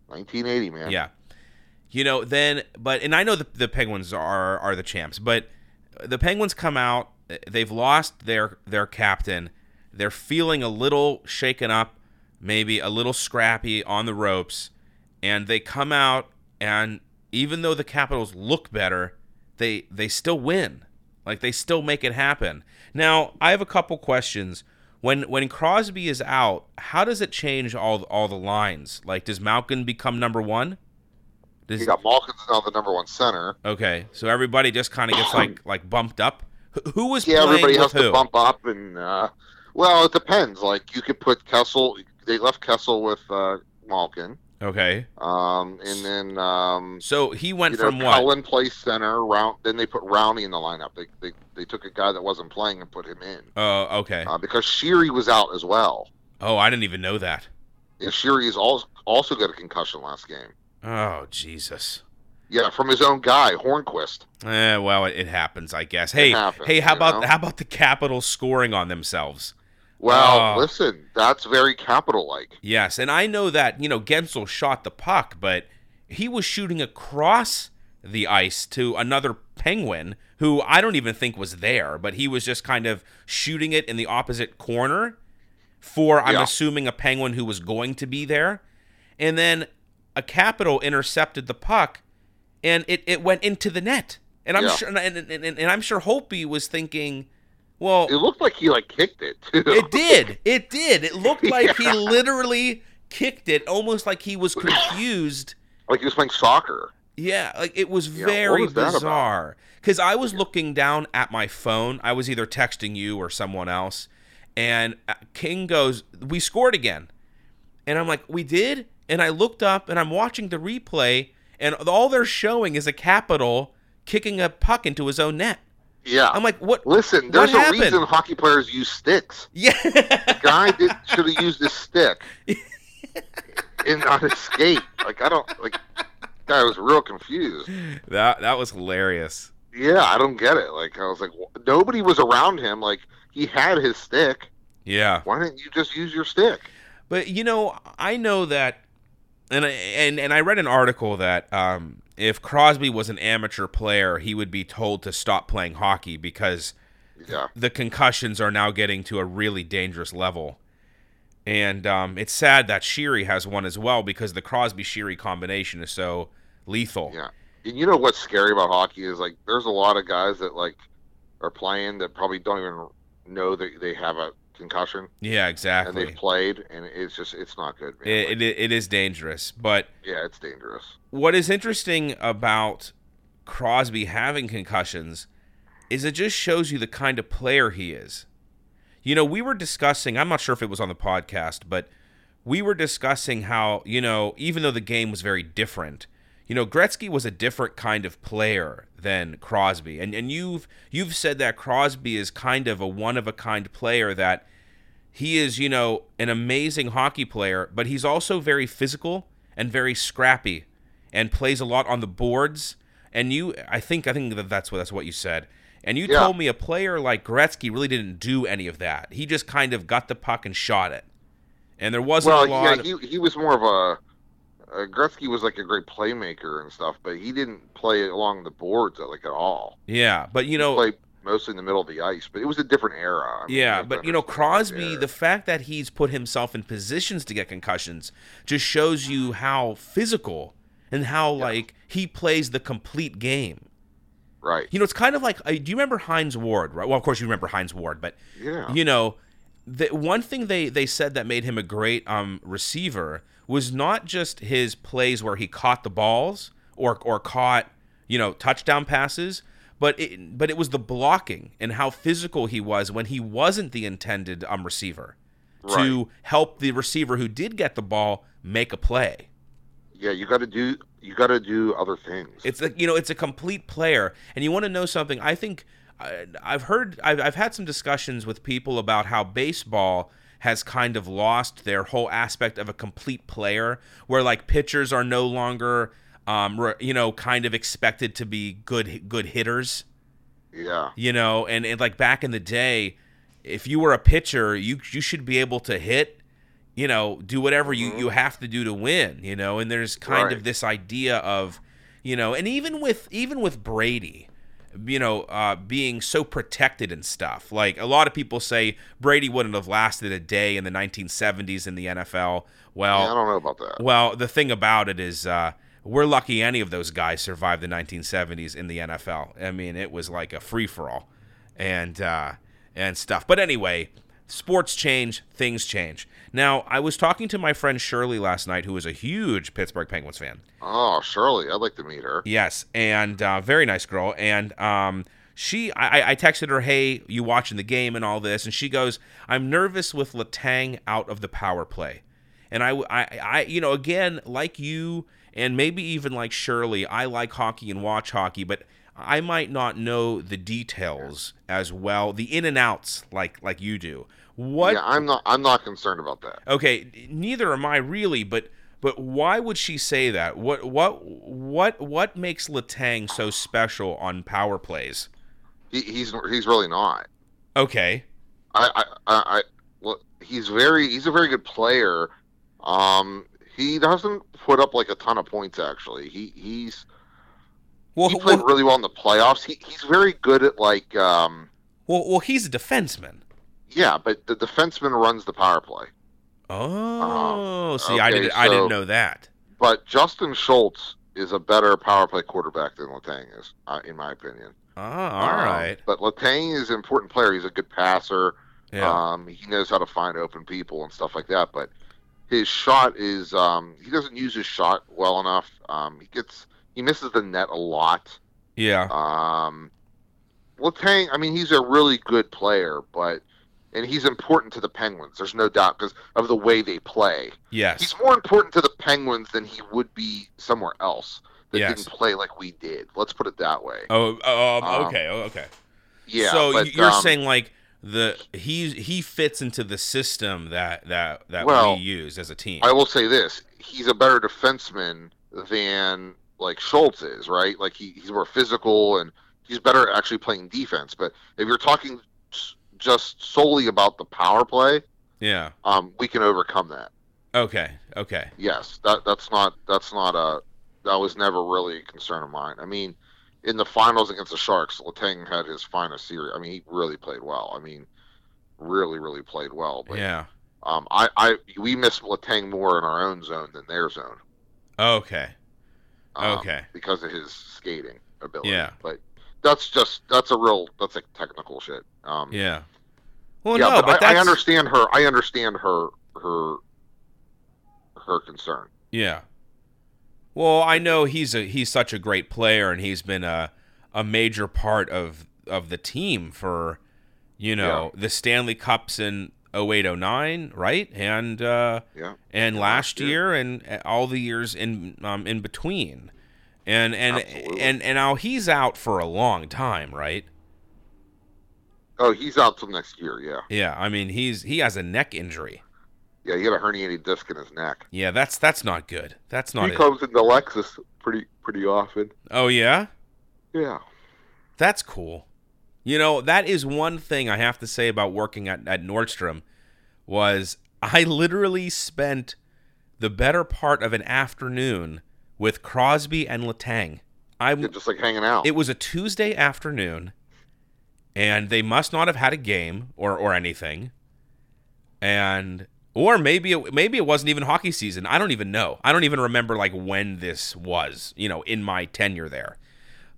[SPEAKER 2] 1980, man.
[SPEAKER 1] Yeah. you know, then but and I know the, the Penguins are are the champs, but the Penguins come out, they've lost their their captain. They're feeling a little shaken up, maybe a little scrappy on the ropes, and they come out and even though the Capitals look better, they they still win. Like they still make it happen. Now, I have a couple questions. When when Crosby is out, how does it change all all the lines? Like does Malkin become number 1? Does
[SPEAKER 2] You got Malkin's now the number one center.
[SPEAKER 1] Okay, so everybody just kind of gets like like bumped up. Wh- Who was
[SPEAKER 2] Yeah,
[SPEAKER 1] playing
[SPEAKER 2] everybody
[SPEAKER 1] with
[SPEAKER 2] has
[SPEAKER 1] who?
[SPEAKER 2] to bump up, and uh, well, it depends. Like you could put Kessel. They left Kessel with uh, Malkin,
[SPEAKER 1] Okay,
[SPEAKER 2] um, and then um,
[SPEAKER 1] so he went
[SPEAKER 2] you know,
[SPEAKER 1] from what?
[SPEAKER 2] Cullen plays center. Round then they put Rowney in the lineup. They, they they took a guy that wasn't playing and put him in
[SPEAKER 1] Oh, okay.
[SPEAKER 2] uh, because Sheary was out as well.
[SPEAKER 1] Oh, I didn't even know that.
[SPEAKER 2] Yeah, Sheary's also also got a concussion last game.
[SPEAKER 1] Oh, Jesus.
[SPEAKER 2] Yeah, from his own guy Hornquist.
[SPEAKER 1] Eh, well, it, it happens, I guess. Hey,
[SPEAKER 2] happens,
[SPEAKER 1] hey, how
[SPEAKER 2] you
[SPEAKER 1] about
[SPEAKER 2] know?
[SPEAKER 1] how about the Capitals scoring on themselves?
[SPEAKER 2] Well,
[SPEAKER 1] Oh.
[SPEAKER 2] listen, that's very capital like.
[SPEAKER 1] Yes, and I know that you know Gensel shot the puck, but he was shooting across the ice to another Penguin who I don't even think was there, but he was just kind of shooting it in the opposite corner for I'm
[SPEAKER 2] Yeah.
[SPEAKER 1] assuming a Penguin who was going to be there, and then a Capital intercepted the puck, and it, it went into the net, and I'm
[SPEAKER 2] Yeah.
[SPEAKER 1] sure and, and, and, and I'm sure Hopi was thinking, well,
[SPEAKER 2] It looked like he like kicked it too.
[SPEAKER 1] it did. It did. It looked like he literally kicked it, almost like he was confused.
[SPEAKER 2] like he was playing soccer.
[SPEAKER 1] Yeah, like it was
[SPEAKER 2] Yeah, what
[SPEAKER 1] very
[SPEAKER 2] was that about?
[SPEAKER 1] bizarre. Because I was looking down at my phone. I was either texting you or someone else, and uh, King goes, "We scored again," and I'm like, "We did." And I looked up and I'm watching the replay, and all they're showing is a capital kicking a puck into his own net.
[SPEAKER 2] Yeah.
[SPEAKER 1] I'm like, "What?"
[SPEAKER 2] Listen,
[SPEAKER 1] What
[SPEAKER 2] there's a
[SPEAKER 1] happened?
[SPEAKER 2] reason hockey players use sticks.
[SPEAKER 1] Yeah.
[SPEAKER 2] Guy did should have used his stick in on his skate. Like I don't like. Guy was real confused.
[SPEAKER 1] that that was hilarious.
[SPEAKER 2] Yeah, I don't get it. Like I was like, wh- nobody was around him. Like he had his stick.
[SPEAKER 1] Yeah.
[SPEAKER 2] Why didn't you just use your stick?
[SPEAKER 1] But you know, I know that, and I, and and I read an article that um, if Crosby was an amateur player, he would be told to stop playing hockey because
[SPEAKER 2] Yeah,
[SPEAKER 1] the concussions are now getting to a really dangerous level. And um, it's sad that Sheary has one as well because the Crosby Sheary combination is so lethal.
[SPEAKER 2] yeah. And you know what's scary about hockey is like there's a lot of guys that like are playing that probably don't even know that they have a concussion
[SPEAKER 1] Yeah,
[SPEAKER 2] and
[SPEAKER 1] exactly.
[SPEAKER 2] they've played and it's just it's not good. Man. Like,
[SPEAKER 1] It, it, it is dangerous, but
[SPEAKER 2] yeah, it's dangerous.
[SPEAKER 1] what is interesting about Crosby having concussions is it just shows you the kind of player he is. You know, we were discussing, I'm not sure if it was on the podcast, but we were discussing how, you know, even though the game was very different, you know, Gretzky was a different kind of player than Crosby. And and you've you've said that Crosby is kind of a one of a kind player that he is, you know, an amazing hockey player, but he's also very physical and very scrappy and plays a lot on the boards. And you, I think, I think that that's what that's what you said. And you
[SPEAKER 2] Yeah.
[SPEAKER 1] told me a player like Gretzky really didn't do any of that. He just kind of got the puck and shot it. And there wasn't
[SPEAKER 2] well,
[SPEAKER 1] a lot.
[SPEAKER 2] yeah, he he was more of a, uh Gretzky was like a great playmaker and stuff, but he didn't play along the boards uh, like at all.
[SPEAKER 1] yeah, but you know,
[SPEAKER 2] Played mostly in the middle of the ice, but it was a different era. I mean,
[SPEAKER 1] Yeah,
[SPEAKER 2] have to
[SPEAKER 1] but you know,
[SPEAKER 2] understand that
[SPEAKER 1] Crosby,
[SPEAKER 2] era.
[SPEAKER 1] the fact that he's put himself in positions to get concussions just shows you how physical and how like he plays the complete game.
[SPEAKER 2] right,
[SPEAKER 1] You know, it's kind of like uh, do you remember Heinz Ward? Right? Well, of course you remember Heinz Ward, but
[SPEAKER 2] yeah,
[SPEAKER 1] you know, the one thing they they said that made him a great um receiver was not just his plays where he caught the balls or or caught, you know, touchdown passes, but it but it was the blocking and how physical he was when he wasn't the intended um receiver to help the receiver who did get the ball make a play.
[SPEAKER 2] yeah. You got to do you got to do other things.
[SPEAKER 1] It's like you know, it's a complete player, and you want to know something. I think I, I've heard, I've, I've had some discussions with people about how baseball has kind of lost their whole aspect of a complete player, where like pitchers are no longer, um, re- you know, kind of expected to be good good hitters
[SPEAKER 2] yeah,
[SPEAKER 1] you know and, and like back in the day if you were a pitcher you you should be able to hit you know do whatever you,
[SPEAKER 2] Mhm.
[SPEAKER 1] you have to do to win you know and there's kind of
[SPEAKER 2] Right.
[SPEAKER 1] this idea of you know, and even with even with Brady, you know, uh, being so protected and stuff. Like a lot of people say Brady wouldn't have lasted a day in the 1970s in the NFL. Well,
[SPEAKER 2] Yeah, I don't know about that.
[SPEAKER 1] well, the thing about it is, uh, we're lucky any of those guys survived the 1970s in the NFL. I mean, it was like a free for all, and uh, and stuff. But anyway, sports change, things change. Now, I was talking to my friend Shirley last night, who is a huge Pittsburgh Penguins fan.
[SPEAKER 2] Oh, Shirley, I'd like to meet her.
[SPEAKER 1] Yes, and uh, very nice girl. And um, she, I, I- I texted her, "Hey, you watching the game and all this?" And she goes, "I'm nervous with Latang out of the power play." And I, I, I, you know, again, like you, and maybe even like Shirley, I like hockey and watch hockey, but I might not know the details as well, the in and outs like like you do. What
[SPEAKER 2] Yeah, I'm not. I'm not concerned about that.
[SPEAKER 1] Okay, neither am I really, but but why would she say that? What what what what makes Latang so special on power plays?
[SPEAKER 2] He, he's he's really not.
[SPEAKER 1] Okay.
[SPEAKER 2] I I I. I well, he's very. He's a very good player. Um, he doesn't put up like a ton of points actually. He he's
[SPEAKER 1] Well,
[SPEAKER 2] he played
[SPEAKER 1] well,
[SPEAKER 2] really well in the playoffs. He he's very good at like um.
[SPEAKER 1] well, well, he's a defenseman.
[SPEAKER 2] Yeah, but the defenseman runs the power play.
[SPEAKER 1] Oh, see, I
[SPEAKER 2] Uh-huh. okay,
[SPEAKER 1] didn't I didn't
[SPEAKER 2] so-
[SPEAKER 1] know that.
[SPEAKER 2] But Justin Schultz is a better power play quarterback than Latang is, uh, in my opinion.
[SPEAKER 1] Ah, all
[SPEAKER 2] Um,
[SPEAKER 1] right.
[SPEAKER 2] But Latang is an important player. He's a good passer.
[SPEAKER 1] Yeah.
[SPEAKER 2] Um, he knows how to find open people and stuff like that. But his shot is um, he doesn't use his shot well enough. Um, he gets he misses the net a lot.
[SPEAKER 1] yeah.
[SPEAKER 2] Um, Letang, I mean, he's a really good player, but and he's important to the Penguins. There's no doubt because of the way they play.
[SPEAKER 1] Yes.
[SPEAKER 2] He's more important to the Penguins than he would be somewhere else that
[SPEAKER 1] Yes.
[SPEAKER 2] didn't play like we did. Let's put it that way.
[SPEAKER 1] Oh, um,
[SPEAKER 2] Um,
[SPEAKER 1] okay. oh, Okay.
[SPEAKER 2] Yeah.
[SPEAKER 1] so
[SPEAKER 2] but,
[SPEAKER 1] y- you're
[SPEAKER 2] um,
[SPEAKER 1] saying like the he he fits into the system that that that
[SPEAKER 2] Well,
[SPEAKER 1] we use as a team.
[SPEAKER 2] I will say this: he's a better defenseman than like Schultz is, right? Like he, he's more physical and he's better at actually playing defense. But if you're talking s- just solely about the power play,
[SPEAKER 1] yeah.
[SPEAKER 2] um, we can overcome that.
[SPEAKER 1] Okay. Okay.
[SPEAKER 2] Yes, that that's not that's not a that was never really a concern of mine. I mean, in the finals against the Sharks, Letang had his finest series. I mean, he really played well. I mean, really, really played well. But
[SPEAKER 1] Yeah.
[SPEAKER 2] um, I, I we miss Letang more in our own zone than their zone.
[SPEAKER 1] Okay.
[SPEAKER 2] um,
[SPEAKER 1] Okay.
[SPEAKER 2] because of his skating ability.
[SPEAKER 1] Yeah.
[SPEAKER 2] but that's just that's a real that's a technical shit. Um,
[SPEAKER 1] Yeah. Well,
[SPEAKER 2] yeah,
[SPEAKER 1] no, but,
[SPEAKER 2] I, I
[SPEAKER 1] that's
[SPEAKER 2] understand her. I understand her her her concern.
[SPEAKER 1] yeah. Well, I know he's a he's such a great player, and he's been a a major part of of the team for you know the Stanley Cups in 08, 09, right? And uh,
[SPEAKER 2] Yeah,
[SPEAKER 1] and
[SPEAKER 2] last
[SPEAKER 1] last year, and uh, all the years in um, in between, and and
[SPEAKER 2] Absolutely.
[SPEAKER 1] and and now he's out for a long time, right?
[SPEAKER 2] Oh, he's out till next year. Yeah,
[SPEAKER 1] Yeah, I mean he's he has a neck injury.
[SPEAKER 2] yeah, he had a herniated disc in his neck.
[SPEAKER 1] Yeah, that's that's not good. That's not.
[SPEAKER 2] he
[SPEAKER 1] it.
[SPEAKER 2] comes into Lexus pretty pretty often.
[SPEAKER 1] Oh yeah.
[SPEAKER 2] Yeah,
[SPEAKER 1] That's cool. You know, that is one thing I have to say about working at, at Nordstrom was I literally spent the better part of an afternoon with Crosby and Latang.
[SPEAKER 2] yeah,
[SPEAKER 1] I
[SPEAKER 2] just like hanging out.
[SPEAKER 1] Mm. it was a Tuesday afternoon and they must not have had a game or or anything. And or maybe it, maybe it wasn't even hockey season. I don't even know. I don't even remember like when this was, you know, in my tenure there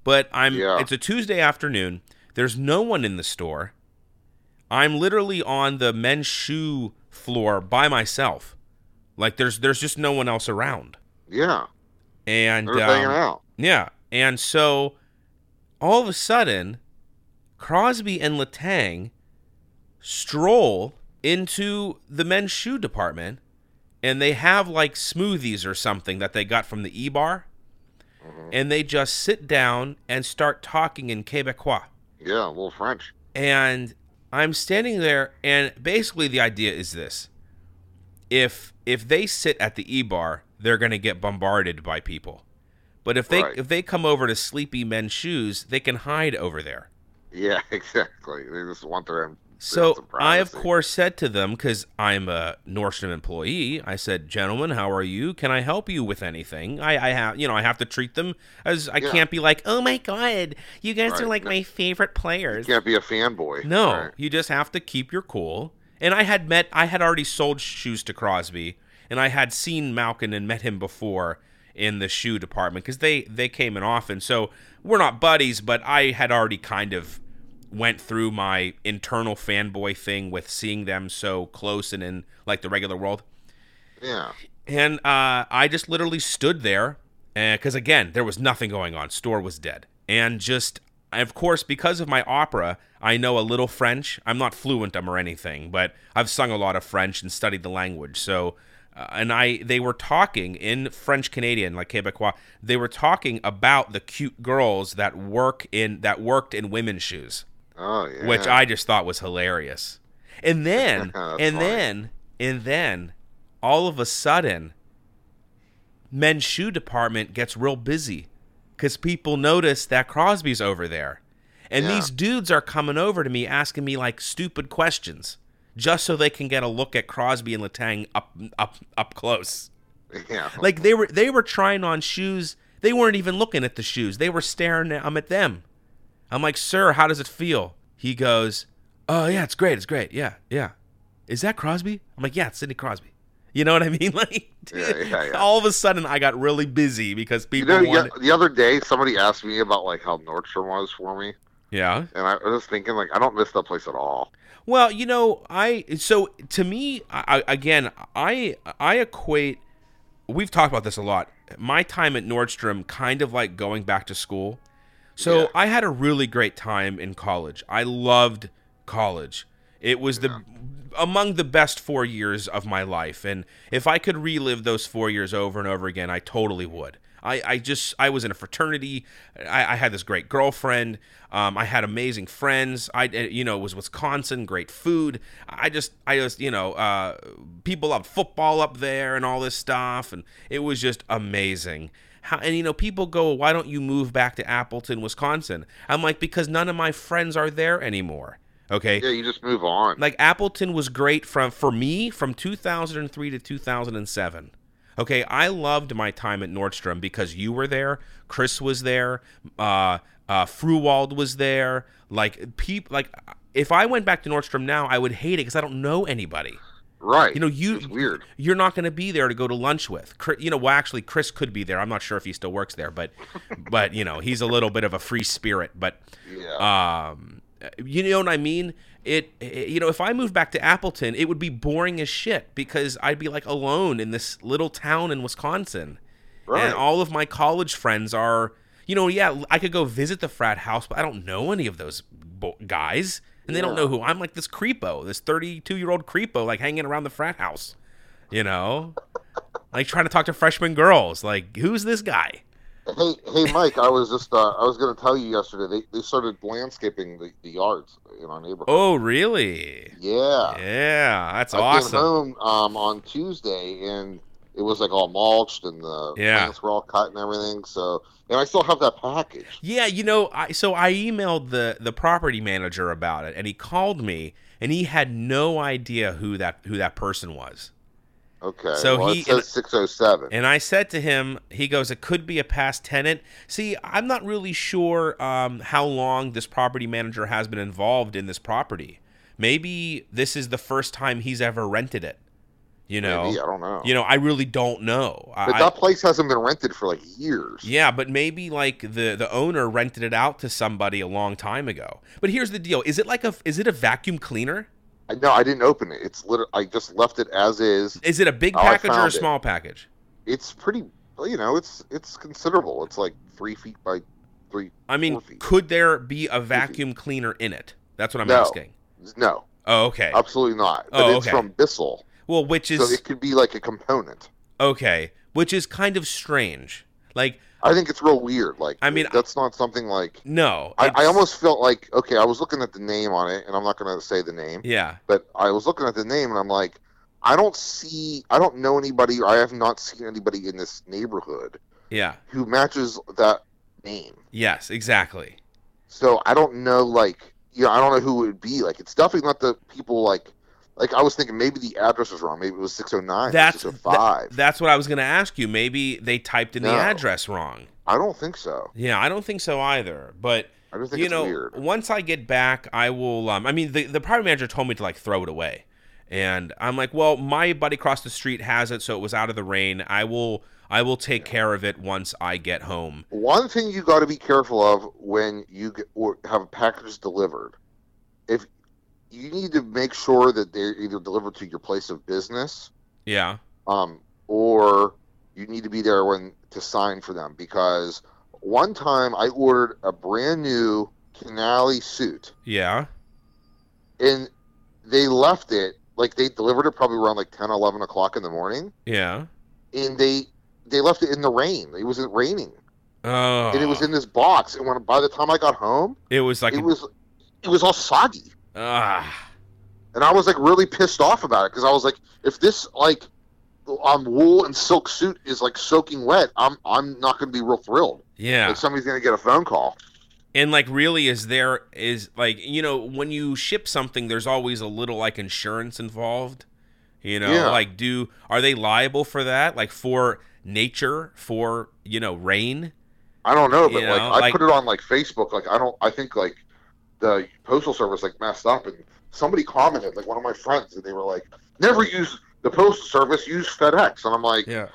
[SPEAKER 1] but I'm
[SPEAKER 2] Yeah.
[SPEAKER 1] it's a Tuesday afternoon. There's no one in the store. I'm literally on the men's shoe floor by myself. Like there's there's just no one else around.
[SPEAKER 2] yeah,
[SPEAKER 1] And
[SPEAKER 2] they were hanging
[SPEAKER 1] um,
[SPEAKER 2] out.
[SPEAKER 1] yeah, and so all of a sudden, Crosby and Latang stroll into the men's shoe department, and they have like smoothies or something that they got from the e bar, and they just sit down and start talking in Quebecois.
[SPEAKER 2] Yeah, a little French.
[SPEAKER 1] And I'm standing there, and basically the idea is this: if if they sit at the e bar, they're gonna get bombarded by people. But if they
[SPEAKER 2] Right.
[SPEAKER 1] if they come over to sleepy men's shoes, they can hide over there.
[SPEAKER 2] Yeah, exactly. They just want their own
[SPEAKER 1] So I, of
[SPEAKER 2] surprising.
[SPEAKER 1] course, said to them, because I'm a Nordstrom employee, I said, Gentlemen, how are you? Can I help you with anything? I, I have, you know, I have to treat them as I
[SPEAKER 2] Yeah.
[SPEAKER 1] can't be like, Oh my God, you guys are like
[SPEAKER 2] Right, no.
[SPEAKER 1] my favorite players.
[SPEAKER 2] Can't be a fanboy.
[SPEAKER 1] No,
[SPEAKER 2] Right.
[SPEAKER 1] you just have to keep your cool. And I had met, I had already sold shoes to Crosby, and I had seen Malkin and met him before in the shoe department because they they came in often. So we're not buddies, but I had already kind of went through my internal fanboy thing with seeing them so close and in like the regular world.
[SPEAKER 2] Yeah.
[SPEAKER 1] And uh, I just literally stood there because, again, there was nothing going on. Store was dead. And just, of course, because of my opera, I know a little French. I'm not fluent um, or anything, but I've sung a lot of French and studied the language. So, uh, and I, they were talking in French Canadian, like Quebecois. They were talking about the cute girls that work in that worked in women's shoes
[SPEAKER 2] Oh yeah.
[SPEAKER 1] which I just thought was hilarious. And then,
[SPEAKER 2] That's
[SPEAKER 1] and
[SPEAKER 2] funny.
[SPEAKER 1] then, and then, all of a sudden, men's shoe department gets real busy because people notice that Crosby's over there, and
[SPEAKER 2] Yeah.
[SPEAKER 1] these dudes are coming over to me asking me like stupid questions just so they can get a look at Crosby and Latang up up up close.
[SPEAKER 2] Yeah.
[SPEAKER 1] Like they were they were trying on shoes. They weren't even looking at the shoes. They were staring at, um, at them. I'm like, "Sir, how does it feel?" He goes, "Oh yeah, it's great. It's great. Yeah, yeah." Is that Crosby? I'm like, "Yeah, it's Sidney Crosby." You know what I mean? Like,
[SPEAKER 2] Yeah, yeah, yeah.
[SPEAKER 1] all of a sudden, I got really busy because
[SPEAKER 2] you
[SPEAKER 1] people
[SPEAKER 2] know, yeah,
[SPEAKER 1] wanted.
[SPEAKER 2] the other day somebody asked me about like how Nordstrom was for me,
[SPEAKER 1] Yeah.
[SPEAKER 2] and I was thinking like I don't miss that place at all.
[SPEAKER 1] Well, you know, I so to me, I, I- again, I I equate. We've talked about this a lot. My time at Nordstrom, kind of like going back to school. So
[SPEAKER 2] Yeah.
[SPEAKER 1] I had a really great time in college. I loved college. It was the among the best four years of my life, and if I could relive those four years over and over again, I totally would. I, I just I was in a fraternity. I, I had this great girlfriend. Um, I had amazing friends. I uh, you know it was Wisconsin, great food. I just I just you know uh, people loved football up there and all this stuff, and it was just amazing. How, and you know, people go, "Why don't you move back to Appleton, Wisconsin?" I'm like, because none of my friends are there anymore. Okay,
[SPEAKER 2] Yeah, you just move on.
[SPEAKER 1] like Appleton was great from for me from 2003 to 2007. Okay, I loved my time at Nordstrom because you were there, Chris was there, uh, uh, Fruwald was there. Like people, like if I went back to Nordstrom now, I would hate it because I don't know anybody.
[SPEAKER 2] right.
[SPEAKER 1] You know, you
[SPEAKER 2] it's weird.
[SPEAKER 1] you're not going to be there to go to lunch with. Chri- You know, well, actually, Chris could be there. I'm not sure if he still works there, but, but you know, he's a little bit of a free spirit. But,
[SPEAKER 2] Yeah.
[SPEAKER 1] um, you know what I mean? It, it- you know, if I moved back to Appleton, it would be boring as shit because I'd be like alone in this little town in Wisconsin,
[SPEAKER 2] right.
[SPEAKER 1] and all of my college friends are, you know, yeah, I could go visit the frat house, but I don't know any of those bo- guys. And they don't
[SPEAKER 2] Yeah.
[SPEAKER 1] know who I'm like this creepo, this 32 year old creepo, like hanging around the frat house you know like trying to talk to freshman girls like who's this guy
[SPEAKER 2] Hey, hey, Mike. I was just uh, I was going to tell you yesterday. They, they started landscaping the, the yards in our neighborhood.
[SPEAKER 1] oh really
[SPEAKER 2] yeah.
[SPEAKER 1] yeah that's
[SPEAKER 2] I came
[SPEAKER 1] awesome
[SPEAKER 2] home um, on Tuesday and it was like all mulched and the
[SPEAKER 1] Yeah.
[SPEAKER 2] plants were all cut and everything. So, and I still have that package.
[SPEAKER 1] yeah you know i so i emailed the the property manager about it and he called me and he had no idea who that who that person was
[SPEAKER 2] Okay.
[SPEAKER 1] So
[SPEAKER 2] well,
[SPEAKER 1] he-
[SPEAKER 2] it says six oh seven.
[SPEAKER 1] And I said to him, he goes, it could be a past tenant. See, I'm not really sure um, how long this property manager has been involved in this property. Maybe this is the first time he's ever rented it. You know,
[SPEAKER 2] Maybe, uh, I don't know.
[SPEAKER 1] you know, I really don't know.
[SPEAKER 2] but
[SPEAKER 1] I-
[SPEAKER 2] that place hasn't been rented for like years.
[SPEAKER 1] yeah, but maybe like the the owner rented it out to somebody a long time ago. But here's the deal: is it like a is it a vacuum cleaner?
[SPEAKER 2] I, no, I didn't open it. It's literally I just left it as is.
[SPEAKER 1] Is it a big
[SPEAKER 2] Oh, I
[SPEAKER 1] package or a
[SPEAKER 2] found it.
[SPEAKER 1] small package?
[SPEAKER 2] It's pretty. You know, it's it's considerable. It's like three feet by three.
[SPEAKER 1] I mean,
[SPEAKER 2] Four feet.
[SPEAKER 1] could there be a vacuum cleaner in it? That's what I'm
[SPEAKER 2] No.
[SPEAKER 1] asking.
[SPEAKER 2] No,
[SPEAKER 1] Oh, okay.
[SPEAKER 2] absolutely not. But
[SPEAKER 1] Oh,
[SPEAKER 2] it's
[SPEAKER 1] okay.
[SPEAKER 2] from Bissell,
[SPEAKER 1] Well, which
[SPEAKER 2] so
[SPEAKER 1] is
[SPEAKER 2] it could be like a component.
[SPEAKER 1] okay, which is kind of strange. Like,
[SPEAKER 2] I think it's real weird. Like,
[SPEAKER 1] I mean,
[SPEAKER 2] that's not something like.
[SPEAKER 1] no,
[SPEAKER 2] I, I
[SPEAKER 1] it's-
[SPEAKER 2] almost felt like okay, I was looking at the name on it, and I'm not going to say the name,
[SPEAKER 1] yeah,
[SPEAKER 2] but I was looking at the name, and I'm like, I don't see, I don't know anybody, or I have not seen anybody in this neighborhood
[SPEAKER 1] yeah,
[SPEAKER 2] who matches that name.
[SPEAKER 1] yes, exactly.
[SPEAKER 2] So I don't know, like, you know, I don't know who it would be. Like, it's definitely not the people like. Like I was thinking, maybe the address was wrong. Maybe it was six oh nine.
[SPEAKER 1] That's
[SPEAKER 2] six oh five.
[SPEAKER 1] that- that's what I was going to ask you. Maybe they typed in the
[SPEAKER 2] No.
[SPEAKER 1] address wrong.
[SPEAKER 2] I don't think so.
[SPEAKER 1] Yeah, I don't think so either. But
[SPEAKER 2] I just think
[SPEAKER 1] you
[SPEAKER 2] it's
[SPEAKER 1] know,
[SPEAKER 2] weird.
[SPEAKER 1] once I get back, I will. Um, I mean, the the property manager told me to like throw it away, and I'm like, well, my buddy across the street has it, so it was out of the rain. I will I will take care of it once I get home.
[SPEAKER 2] One thing you got to be careful of when you get, or have a package delivered, if you need to make sure that they're either delivered to your place of business,
[SPEAKER 1] Yeah,
[SPEAKER 2] um, or you need to be there when to sign for them. Because one time I ordered a brand new Canali suit,
[SPEAKER 1] yeah,
[SPEAKER 2] and they left it like they delivered it probably around like 10, 11 o'clock in the morning,
[SPEAKER 1] yeah.
[SPEAKER 2] and they they left it in the rain. It wasn't raining,
[SPEAKER 1] Oh,
[SPEAKER 2] and it was in this box. And when by the time I got home.
[SPEAKER 1] it was like
[SPEAKER 2] it was it was all soggy
[SPEAKER 1] ah,
[SPEAKER 2] and i was like really pissed off about it because i was like if this like um wool and silk suit is like soaking wet i'm i'm not gonna be real thrilled
[SPEAKER 1] yeah.
[SPEAKER 2] like somebody's gonna get a phone call
[SPEAKER 1] And like really is there is like you know when you ship something there's always a little like insurance involved. You know,
[SPEAKER 2] Yeah.
[SPEAKER 1] like do are they liable for that? Like for nature, for you know, rain?
[SPEAKER 2] i don't know but
[SPEAKER 1] You
[SPEAKER 2] like
[SPEAKER 1] know,
[SPEAKER 2] i
[SPEAKER 1] like-
[SPEAKER 2] put it on like facebook like i don't i think like the postal service like messed up and somebody commented like one of my friends and they were like never use the postal service use fedex and i'm like
[SPEAKER 1] Yeah.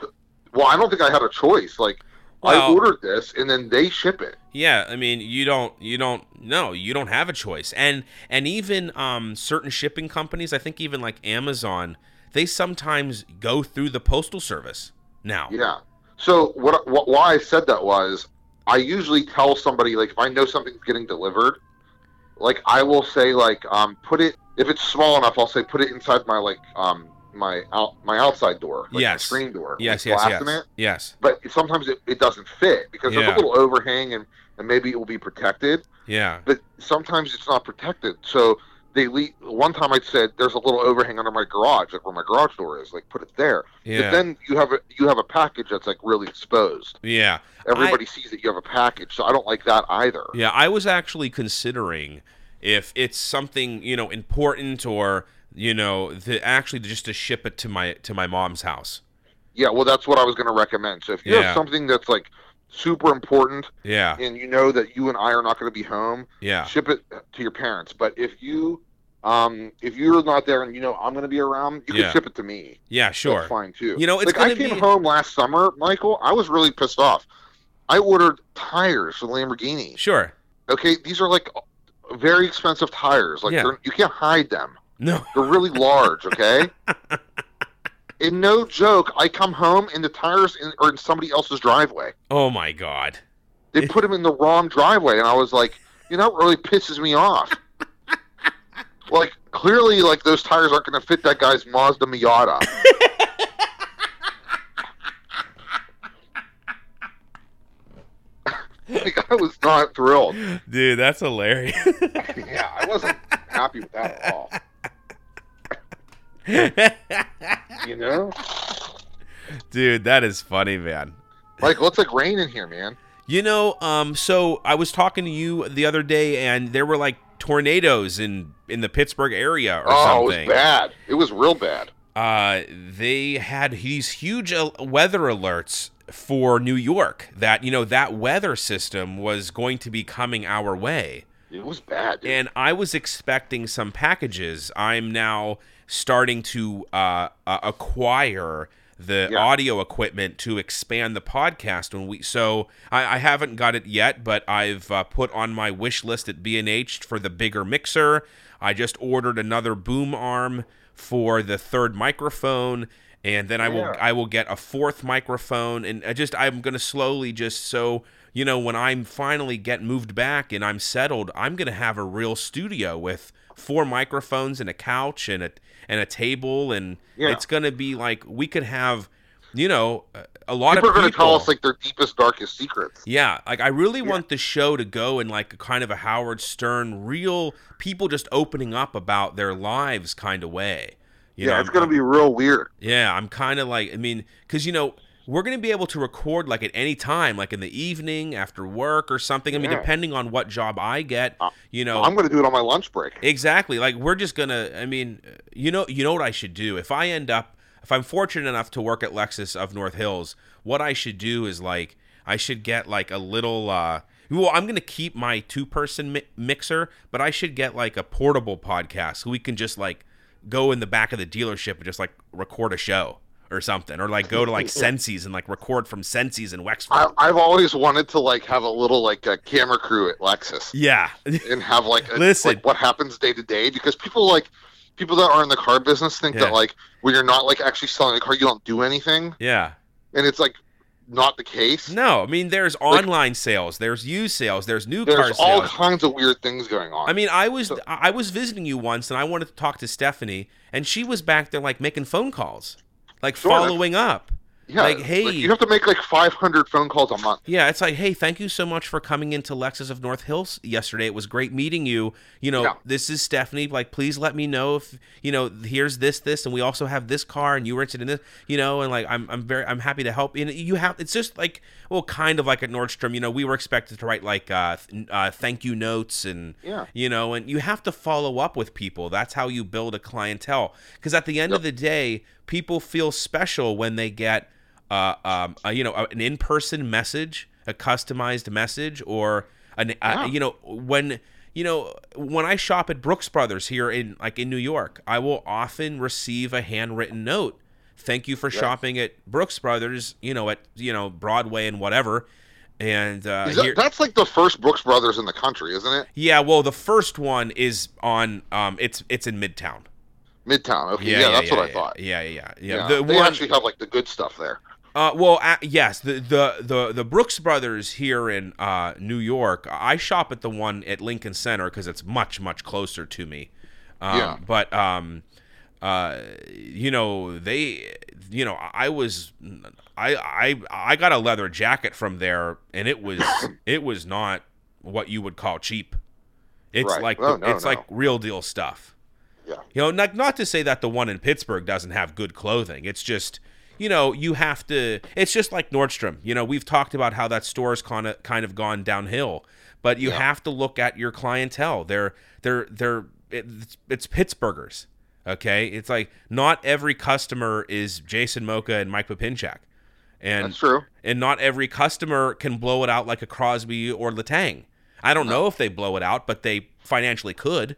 [SPEAKER 2] well i don't think i had a choice like i
[SPEAKER 1] Well-
[SPEAKER 2] ordered this and then they ship it
[SPEAKER 1] Yeah, I mean, you don't you don't no, you don't have a choice. And and even um certain shipping companies, I think even like Amazon, they sometimes go through the postal service now.
[SPEAKER 2] Yeah. So what, what? Why I said that was, I usually tell somebody like if I know something's getting delivered, like I will say like um put it if it's small enough I'll say put it inside my like um my out my outside door like my
[SPEAKER 1] Yes.
[SPEAKER 2] screen door with
[SPEAKER 1] Yes, yes,
[SPEAKER 2] glass
[SPEAKER 1] yes.
[SPEAKER 2] in it.
[SPEAKER 1] Yes.
[SPEAKER 2] But sometimes it, it doesn't fit because
[SPEAKER 1] Yeah.
[SPEAKER 2] there's a little overhang and and maybe it will be protected
[SPEAKER 1] Yeah.
[SPEAKER 2] but sometimes it's not protected. So they leave. One time I said, "There's a little overhang under my garage, like where my garage door is. Like put it there."
[SPEAKER 1] Yeah.
[SPEAKER 2] But then you have a you have a package that's like really exposed.
[SPEAKER 1] Yeah.
[SPEAKER 2] Everybody sees that you have a package, so I don't like that either.
[SPEAKER 1] Yeah, I was actually considering if it's something you know important or you know the, actually just to ship it to my to my mom's house.
[SPEAKER 2] Yeah, well, that's what I was going to recommend. So if you
[SPEAKER 1] Yeah.
[SPEAKER 2] have something that's like super important
[SPEAKER 1] Yeah,
[SPEAKER 2] and you know that you and I are not going to be home,
[SPEAKER 1] yeah,
[SPEAKER 2] ship it to your parents. But if you um, if you're not there and you know I'm going to be around, you
[SPEAKER 1] Yeah.
[SPEAKER 2] can ship it to me.
[SPEAKER 1] yeah. Sure.
[SPEAKER 2] That's fine too.
[SPEAKER 1] You know, it's
[SPEAKER 2] like I
[SPEAKER 1] gonna
[SPEAKER 2] came
[SPEAKER 1] be-
[SPEAKER 2] home last summer, Michael. I was really pissed off. I ordered tires for Lamborghini.
[SPEAKER 1] Sure.
[SPEAKER 2] Okay, these are like very expensive tires. Like
[SPEAKER 1] Yeah.
[SPEAKER 2] they're, you can't hide them.
[SPEAKER 1] No.
[SPEAKER 2] They're really large. Okay. and no joke, I come home and the tires in, are in somebody else's driveway.
[SPEAKER 1] Oh my God.
[SPEAKER 2] They put them in the wrong driveway, and I was like, you know, it really pisses me off. like clearly, like those tires aren't going to fit that guy's Mazda Miata. like, I was not thrilled.
[SPEAKER 1] Dude, that's hilarious.
[SPEAKER 2] Yeah, I wasn't happy with that at all. You know,
[SPEAKER 1] Dude, that is funny, man.
[SPEAKER 2] like let's like rain in here, man.
[SPEAKER 1] You know, um, so I was talking to you the other day, and there were like tornadoes in in the Pittsburgh area or
[SPEAKER 2] oh,
[SPEAKER 1] something.
[SPEAKER 2] it was bad. It was real bad.
[SPEAKER 1] uh, they had these huge al- weather alerts for New York that, you know, that weather system was going to be coming our way.
[SPEAKER 2] It was bad. Dude.
[SPEAKER 1] And I was expecting some packages. I'm now starting to uh, uh, acquire the
[SPEAKER 2] Yeah.
[SPEAKER 1] audio equipment to expand the podcast when we so I, I haven't got it yet but i've uh, put on my wish list at b&h for the bigger mixer i just ordered another boom arm for the third microphone and then i will
[SPEAKER 2] Yeah.
[SPEAKER 1] I will get a fourth microphone, and I just I'm gonna slowly just so you know when I'm finally get moved back and I'm settled, I'm gonna have a real studio with four microphones and a couch and a and a table, and
[SPEAKER 2] Yeah.
[SPEAKER 1] it's gonna be like we could have, you know, a- a lot
[SPEAKER 2] people are
[SPEAKER 1] of people.
[SPEAKER 2] going to tell us like their deepest, darkest secrets.
[SPEAKER 1] yeah, like I really
[SPEAKER 2] Yeah.
[SPEAKER 1] want the show to go in like a kind of a Howard Stern, real people just opening up about their lives kind of way. You
[SPEAKER 2] yeah,
[SPEAKER 1] know,
[SPEAKER 2] it's
[SPEAKER 1] I'm-
[SPEAKER 2] going to be real weird.
[SPEAKER 1] yeah, I'm kind of like, I mean, because you know, we're going to be able to record like at any time, like in the evening after work or something. I mean,
[SPEAKER 2] Yeah.
[SPEAKER 1] depending on what job I get,
[SPEAKER 2] Uh,
[SPEAKER 1] you know,
[SPEAKER 2] I'm going to do it on my lunch break.
[SPEAKER 1] Exactly. Like we're just gonna. I mean, you know, you know what I should do if I end up, if I'm fortunate enough to work at Lexus of North Hills, what I should do is like I should get like a little. uh Well, I'm gonna keep my two person mi- mixer, but I should get like a portable podcast so we can just like go in the back of the dealership and just like record a show or something, or like go to like Sensi's and like record from Sensi's in Wexford.
[SPEAKER 2] I, I've always wanted to like have a little like a camera crew at Lexus
[SPEAKER 1] yeah.
[SPEAKER 2] and have like a,
[SPEAKER 1] Listen.
[SPEAKER 2] like what happens day to day because people like people that are in the car business think
[SPEAKER 1] Yeah.
[SPEAKER 2] that like when you're not like actually selling a car you don't do anything
[SPEAKER 1] yeah.
[SPEAKER 2] and it's like not the case.
[SPEAKER 1] No, I mean there's online sales, there's used sales, there's new car
[SPEAKER 2] There's
[SPEAKER 1] sales.
[SPEAKER 2] all kinds of weird things going on.
[SPEAKER 1] I mean, I was
[SPEAKER 2] So-
[SPEAKER 1] I was visiting you once, and I wanted to talk to Stephanie, and she was back there like making phone calls, like
[SPEAKER 2] Sure, that's-
[SPEAKER 1] following up.
[SPEAKER 2] yeah,
[SPEAKER 1] like, hey-
[SPEAKER 2] you have to make like 500 phone calls a month.
[SPEAKER 1] Yeah, it's like, hey, thank you so much for coming into Lexus of North Hills yesterday. It was great meeting you. You know,
[SPEAKER 2] Yeah.
[SPEAKER 1] this is Stephanie. Like, please let me know if you know. Here's this, this, and we also have this car, and you were interested in this. You know, and like, I'm I'm very I'm happy to help. And you have it's just like well, kind of like at Nordstrom. You know, we were expected to write like uh, th- uh thank you notes and
[SPEAKER 2] Yeah.
[SPEAKER 1] you know and you have to follow up with people that's how you build a clientele because at the end of the day people feel special when they get uh, um, a, you know a- an in-person message a customized message or an uh,
[SPEAKER 2] Yeah.
[SPEAKER 1] you know when you know when i shop at brooks brothers here in like in new york i will often receive a handwritten note thank you for shopping at brooks brothers you know at you know broadway and whatever and uh,
[SPEAKER 2] Is that-
[SPEAKER 1] here-
[SPEAKER 2] that's like the first Brooks Brothers in the country, isn't it?
[SPEAKER 1] yeah, well, the first one is on. Um, it's it's in Midtown.
[SPEAKER 2] Midtown. Okay, yeah, that's what I thought.
[SPEAKER 1] Yeah, yeah, yeah.
[SPEAKER 2] Yeah,
[SPEAKER 1] yeah. The
[SPEAKER 2] they
[SPEAKER 1] one,
[SPEAKER 2] actually have like the good stuff there.
[SPEAKER 1] uh, well, uh, yes, the, the the the Brooks Brothers here in uh, New York. I shop at the one at Lincoln Center because it's much much closer to me. Um,
[SPEAKER 2] Yeah.
[SPEAKER 1] But um, uh, you know they, you know I was, I I I got a leather jacket from there, and it was it was not what you would call cheap. It's
[SPEAKER 2] Right.
[SPEAKER 1] like the-
[SPEAKER 2] Oh, no,
[SPEAKER 1] it's
[SPEAKER 2] no.
[SPEAKER 1] like real deal stuff.
[SPEAKER 2] Yeah.
[SPEAKER 1] You know, not not to say that the one in Pittsburgh doesn't have good clothing. It's just, you know, you have to. It's just like Nordstrom. You know, we've talked about how that store's kind of kind of gone downhill, but you
[SPEAKER 2] Yeah.
[SPEAKER 1] have to look at your clientele. They're they're they're it's, it's Pittsburghers. Okay, it's like not every customer is Jason Mocha and Mike Papinchak, and
[SPEAKER 2] That's true.
[SPEAKER 1] and not every customer can blow it out like a Crosby or Latang. I don't know if they blow it out, but they financially could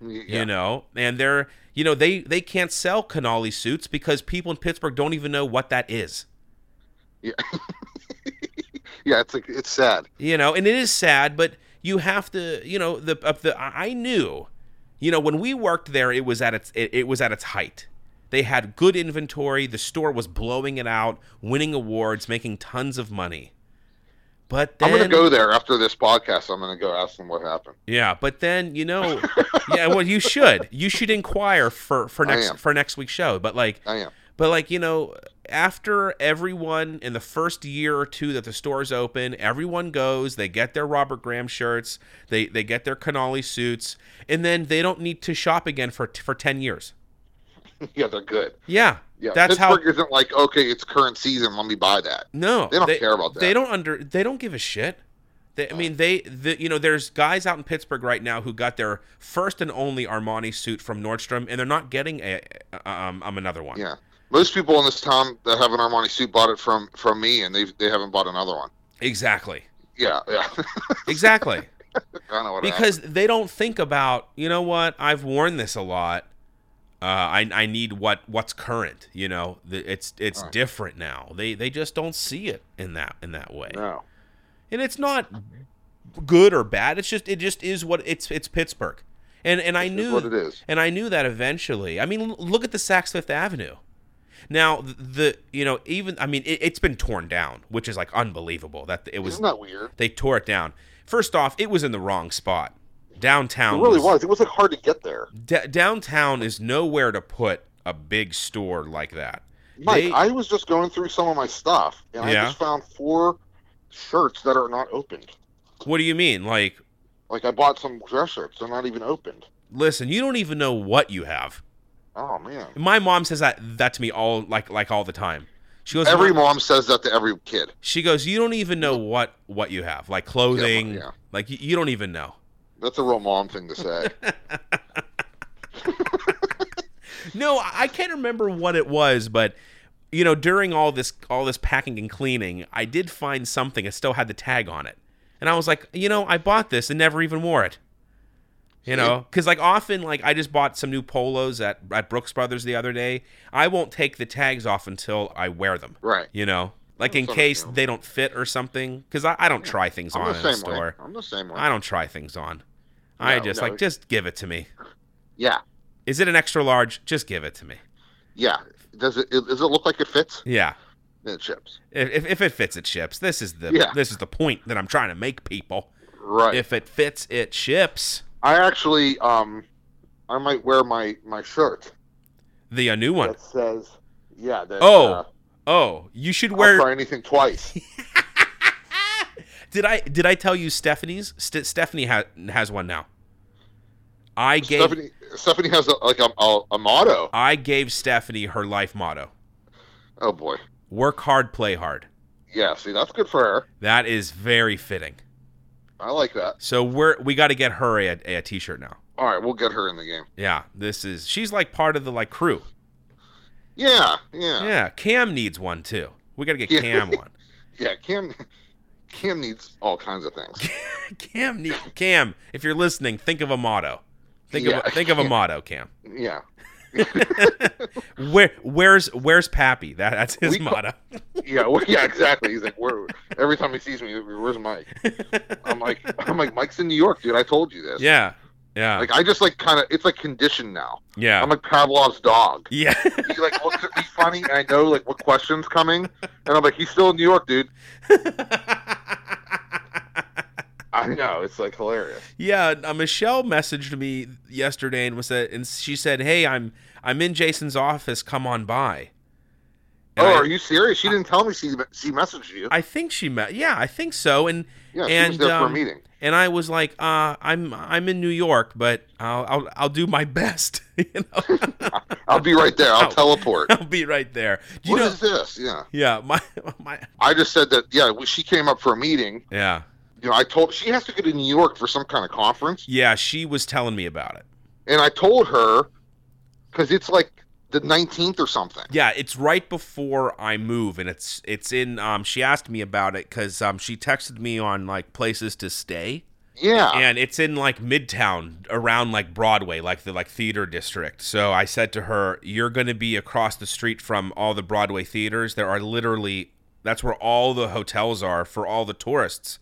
[SPEAKER 2] Y-
[SPEAKER 1] you
[SPEAKER 2] Yeah.
[SPEAKER 1] know and they're you know they they can't sell canali suits because people in pittsburgh don't even know what that is
[SPEAKER 2] yeah, it's like it's sad.
[SPEAKER 1] you know and it is sad but you have to you know the up the i I knew you know when we worked there it was at its it, it was at its height they had good inventory the store was blowing it out winning awards making tons of money but then
[SPEAKER 2] I'm gonna go there after this podcast. I'm gonna go ask them what happened.
[SPEAKER 1] yeah but then you know yeah well you should you should inquire for for
[SPEAKER 2] I
[SPEAKER 1] next
[SPEAKER 2] am.
[SPEAKER 1] for next week's show but like
[SPEAKER 2] I am.
[SPEAKER 1] But like you know, after everyone in the first year or two that the store's open, everyone goes. They get their Robert Graham shirts. They they get their Canali suits, and then they don't need to shop again for for ten years.
[SPEAKER 2] yeah, they're good.
[SPEAKER 1] Yeah,
[SPEAKER 2] Yeah,
[SPEAKER 1] That's how-
[SPEAKER 2] Pittsburgh isn't like okay, it's current season. Let me buy that.
[SPEAKER 1] no,
[SPEAKER 2] They don't care about that.
[SPEAKER 1] They don't under. They don't give a shit. They, I mean, they, the, you know, there's guys out in Pittsburgh right now who got their first and only Armani suit from Nordstrom, and they're not getting a, um, um another one.
[SPEAKER 2] Yeah, most people in this town that have an Armani suit bought it from from me, and they they haven't bought another one.
[SPEAKER 1] Exactly,
[SPEAKER 2] Yeah, yeah.
[SPEAKER 1] exactly.
[SPEAKER 2] I know what happened.
[SPEAKER 1] because they don't think about you know what i've worn this a lot uh, I, I need what what's current you know the, it's it's
[SPEAKER 2] Right.
[SPEAKER 1] different now they they just don't see it in that in that way
[SPEAKER 2] No. Mm-hmm.
[SPEAKER 1] and it's not good or bad it's just it just is what it's it's pittsburgh and and i
[SPEAKER 2] This is
[SPEAKER 1] knew
[SPEAKER 2] what it is.
[SPEAKER 1] and I knew that eventually. I mean, l- look at the Saks Fifth Avenue. Now th- the you know even I mean it, it's been torn down, which is like unbelievable that it was
[SPEAKER 2] Isn't that weird?
[SPEAKER 1] they tore it down. First off, it was in the wrong spot.
[SPEAKER 2] It
[SPEAKER 1] Downtown
[SPEAKER 2] really was. It was like hard to get there.
[SPEAKER 1] D- downtown is nowhere to put a big store like that.
[SPEAKER 2] Mike,
[SPEAKER 1] They-
[SPEAKER 2] I was just going through some of my stuff, and
[SPEAKER 1] Yeah.
[SPEAKER 2] I just found four shirts that are not opened.
[SPEAKER 1] What do you mean? Like,
[SPEAKER 2] Like I bought some dress shirts; they're not even opened.
[SPEAKER 1] listen, you don't even know what you have.
[SPEAKER 2] Oh man.
[SPEAKER 1] My mom says that that to me all like like all the time. She goes,
[SPEAKER 2] Every
[SPEAKER 1] "Mom,"
[SPEAKER 2] mom says that to every kid.
[SPEAKER 1] she goes, you don't even know what what you have, like clothing,
[SPEAKER 2] yeah.
[SPEAKER 1] like you, you don't even know.
[SPEAKER 2] That's a real mom thing to say.
[SPEAKER 1] No, I I can't remember what it was, but you know, during all this all this packing and cleaning, I did find something that still had the tag on it, and I was like, you know, I bought this and never even wore it. You know, because like often, like I just bought some new polos at at Brooks Brothers the other day. I won't take the tags off until I wear them.
[SPEAKER 2] right.
[SPEAKER 1] You know, like in
[SPEAKER 2] That's
[SPEAKER 1] case
[SPEAKER 2] understandable.
[SPEAKER 1] they don't fit or something. Because I, I don't try things
[SPEAKER 2] I'm
[SPEAKER 1] on
[SPEAKER 2] the
[SPEAKER 1] in the
[SPEAKER 2] same way.
[SPEAKER 1] store.
[SPEAKER 2] I'm the same way.
[SPEAKER 1] I don't try things on. I
[SPEAKER 2] No,
[SPEAKER 1] just
[SPEAKER 2] no.
[SPEAKER 1] like just give it to me.
[SPEAKER 2] Yeah.
[SPEAKER 1] Is it an extra large? Just give it to me.
[SPEAKER 2] Yeah. Does it does it look like it fits?
[SPEAKER 1] Yeah.
[SPEAKER 2] It chips.
[SPEAKER 1] If, if, if it fits, it ships. This is the
[SPEAKER 2] Yeah.
[SPEAKER 1] this is the point that I'm trying to make people.
[SPEAKER 2] Right.
[SPEAKER 1] If it fits, it ships.
[SPEAKER 2] I actually um I might wear my my shirt
[SPEAKER 1] The uh, new one.
[SPEAKER 2] that says yeah, that
[SPEAKER 1] Oh,
[SPEAKER 2] uh,
[SPEAKER 1] Oh, you should
[SPEAKER 2] I'll
[SPEAKER 1] wear.
[SPEAKER 2] try anything twice.
[SPEAKER 1] did I did I tell you Stephanie's? St- Stephanie ha- has one now. I gave
[SPEAKER 2] Stephanie Stephanie has a, like a, a, a motto.
[SPEAKER 1] I gave Stephanie her life motto:
[SPEAKER 2] Oh boy.
[SPEAKER 1] work hard, play hard.
[SPEAKER 2] Yeah, see that's good for her.
[SPEAKER 1] That is very fitting.
[SPEAKER 2] I like that.
[SPEAKER 1] So we're we got to get her a, a, a t-shirt now.
[SPEAKER 2] All right, we'll get her in the game.
[SPEAKER 1] Yeah, this is she's like part of the like crew.
[SPEAKER 2] Yeah, yeah.
[SPEAKER 1] Yeah, Cam needs one too. We got to get
[SPEAKER 2] Yeah.
[SPEAKER 1] Cam one.
[SPEAKER 2] Yeah, Cam Cam needs all kinds of things.
[SPEAKER 1] Cam, ne- Cam, if you're listening, think of a motto. Think
[SPEAKER 2] Yeah.
[SPEAKER 1] of think of a motto, Cam.
[SPEAKER 2] Yeah.
[SPEAKER 1] Where where's where's Pappy? That that's his
[SPEAKER 2] We ca-
[SPEAKER 1] motto.
[SPEAKER 2] Yeah, well, yeah, exactly. He's like, where? Every time he sees me, he's like, where's Mike? I'm like, I'm like, Mike's in New York, dude. I told you this.
[SPEAKER 1] yeah, yeah,
[SPEAKER 2] Like, I just like kind of, it's like conditioned now.
[SPEAKER 1] yeah,
[SPEAKER 2] I'm like Pavlov's dog.
[SPEAKER 1] yeah.
[SPEAKER 2] He like looks at me funny, and I know like what question's coming, and I'm like, he's still in New York, dude. I know, it's like hilarious.
[SPEAKER 1] yeah, uh, Michelle messaged me yesterday and was that, and she said, "Hey, I'm I'm in Jason's office. Come on by." And
[SPEAKER 2] oh,
[SPEAKER 1] I,
[SPEAKER 2] are you serious? She didn't tell me she she messaged you.
[SPEAKER 1] I think she met. Yeah, I think so. And
[SPEAKER 2] yeah, she
[SPEAKER 1] and,
[SPEAKER 2] was there for
[SPEAKER 1] um,
[SPEAKER 2] a meeting.
[SPEAKER 1] and I was like, uh, I'm I'm in New York, but I'll I'll, I'll do my best. you know,
[SPEAKER 2] I'll be right there. I'll
[SPEAKER 1] Oh.
[SPEAKER 2] teleport.
[SPEAKER 1] I'll be right there. Do you
[SPEAKER 2] What
[SPEAKER 1] know?
[SPEAKER 2] is this? Yeah,
[SPEAKER 1] yeah, my my
[SPEAKER 2] I just said that. Yeah, when she came up for a meeting.
[SPEAKER 1] yeah
[SPEAKER 2] You know, I told she has to go to New York for some kind of conference.
[SPEAKER 1] yeah. She was telling me about it.
[SPEAKER 2] and I told her because it's like the 19th or something.
[SPEAKER 1] Yeah, it's right before I move, and it's it's in. Um, she asked me about it because um, she texted me on like places to stay,
[SPEAKER 2] Yeah,
[SPEAKER 1] and it's in like Midtown around like Broadway, like the like theater district. So I said to her, "You're going to be across the street from all the Broadway theaters. There are literally that's where all the hotels are for all the tourists."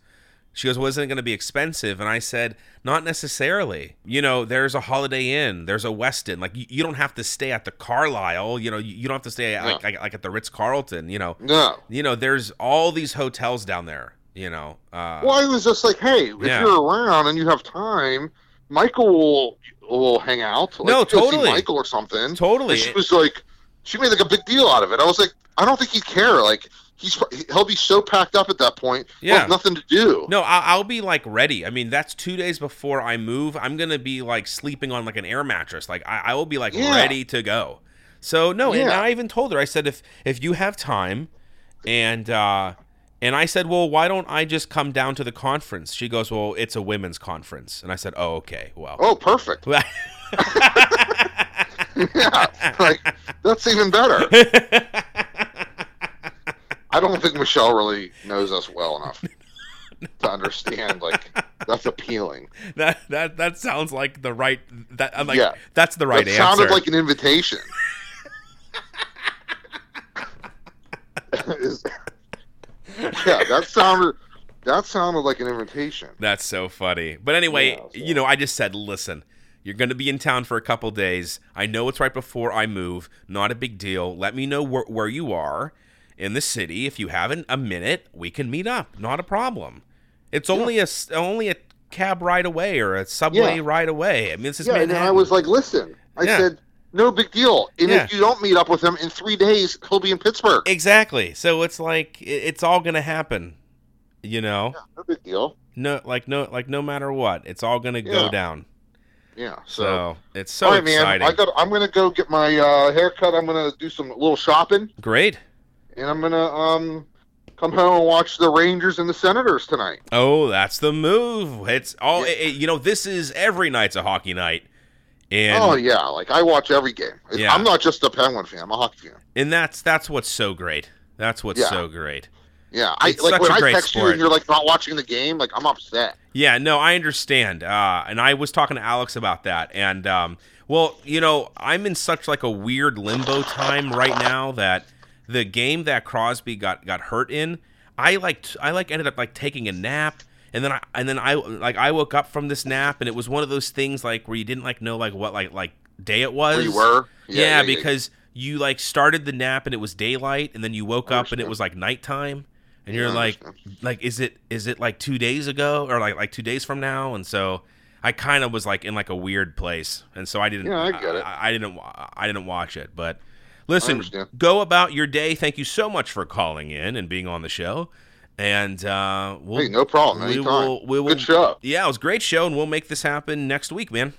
[SPEAKER 1] She goes, "Wasn't it going to be expensive?" And I said, "Not necessarily. You know, there's a Holiday Inn, there's a Westin. Like you, you don't have to stay at the Carlisle. You know, you, you don't have to stay at, like, like like at the Ritz Carlton. You know,
[SPEAKER 2] no.
[SPEAKER 1] you know, there's all these hotels down there. You know, uh,
[SPEAKER 2] Well, I was just like, hey, if
[SPEAKER 1] Yeah.
[SPEAKER 2] you're around and you have time, Michael will will hang out. Like,
[SPEAKER 1] No,
[SPEAKER 2] you go see
[SPEAKER 1] totally.
[SPEAKER 2] Michael or something.
[SPEAKER 1] totally.
[SPEAKER 2] And she was like, she made like a big deal out of it. I was like, I don't think he'd care. Like he's he'll be so packed up at that point. he'll
[SPEAKER 1] Yeah.
[SPEAKER 2] have nothing to do.
[SPEAKER 1] No, I- I'll be like ready. I mean, that's two days before I move. I'm gonna be like sleeping on like an air mattress. Like I, I will be like
[SPEAKER 2] Yeah.
[SPEAKER 1] ready to go. So no, and
[SPEAKER 2] Yeah.
[SPEAKER 1] I even told her. I said if if you have time, and uh, and I said, well, why don't I just come down to the conference? She goes, well, it's a women's conference, and I said, oh, okay, well.
[SPEAKER 2] Oh, perfect. yeah, like that's even better. I don't think Michelle really knows us well enough to understand like that's appealing.
[SPEAKER 1] that that that sounds like the right. That I'm like
[SPEAKER 2] Yeah.
[SPEAKER 1] that's the right
[SPEAKER 2] that
[SPEAKER 1] answer.
[SPEAKER 2] sounded like an invitation. yeah, that sounded that sounded like an invitation.
[SPEAKER 1] That's so funny. But anyway,
[SPEAKER 2] Yeah, so-
[SPEAKER 1] you know, I just said, listen, you're going to be in town for a couple days. I know it's right before I move. Not a big deal. Let me know where, where you are in the city. If you haven't a minute, we can meet up. Not a problem. It's only a s- only a cab ride away or a subway
[SPEAKER 2] Yeah.
[SPEAKER 1] ride away. I mean, this is
[SPEAKER 2] yeah, and
[SPEAKER 1] Manhattan.
[SPEAKER 2] I was like, listen, I
[SPEAKER 1] Yeah.
[SPEAKER 2] said, no big deal. And
[SPEAKER 1] Yeah.
[SPEAKER 2] if you don't meet up with him in three days, he'll be in Pittsburgh.
[SPEAKER 1] exactly. So it's like i- it's all going to happen. You know,
[SPEAKER 2] No big deal.
[SPEAKER 1] no, like no, like no matter what, it's all going to go
[SPEAKER 2] Yeah.
[SPEAKER 1] down.
[SPEAKER 2] Yeah. So.
[SPEAKER 1] So it's so
[SPEAKER 2] All right, man.
[SPEAKER 1] exciting.
[SPEAKER 2] I got. I'm gonna go get my uh, haircut. I'm gonna do some little shopping,
[SPEAKER 1] Great.
[SPEAKER 2] and I'm gonna um come home and watch the Rangers and the Senators tonight.
[SPEAKER 1] Oh, that's the move. It's all it- it- you know. This is every night's a hockey night, and
[SPEAKER 2] oh yeah, like I watch every game. It's-
[SPEAKER 1] Yeah.
[SPEAKER 2] I'm not just a Penguin fan; I'm a hockey fan.
[SPEAKER 1] and that's that's what's so great. That's what's
[SPEAKER 2] Yeah.
[SPEAKER 1] so great.
[SPEAKER 2] Yeah, I
[SPEAKER 1] It's such
[SPEAKER 2] like when
[SPEAKER 1] a
[SPEAKER 2] I
[SPEAKER 1] great
[SPEAKER 2] text you
[SPEAKER 1] sport.
[SPEAKER 2] and you're like not watching the game. Like I'm upset.
[SPEAKER 1] Yeah, no, I understand. Uh, and I was talking to Alex about that. And um, well, you know, I'm in such like a weird limbo time right now that the game that Crosby got got hurt in, I like t- I like ended up like taking a nap. And then I and then I like I woke up from this nap and it was one of those things like where you didn't like know like what like like day it was.
[SPEAKER 2] Where you were?
[SPEAKER 1] Yeah, because you like started the nap and it was daylight and then you woke
[SPEAKER 2] I
[SPEAKER 1] up and it
[SPEAKER 2] understand.
[SPEAKER 1] was like nighttime and
[SPEAKER 2] Yeah,
[SPEAKER 1] you're
[SPEAKER 2] I
[SPEAKER 1] like
[SPEAKER 2] understand.
[SPEAKER 1] like is it is it like 2 days ago or like like 2 days from now and so I kind of was like in like a weird place and so I didn't
[SPEAKER 2] Yeah, I get it.
[SPEAKER 1] I, I didn't wa- I didn't watch it but
[SPEAKER 2] I
[SPEAKER 1] listen
[SPEAKER 2] understand.
[SPEAKER 1] go about your day thank you so much for calling in and being on the show and uh we'll
[SPEAKER 2] hey, no
[SPEAKER 1] we
[SPEAKER 2] problem. Anytime.
[SPEAKER 1] will we will
[SPEAKER 2] Good show.
[SPEAKER 1] Yeah, it was a great show and we'll make this happen next week, man.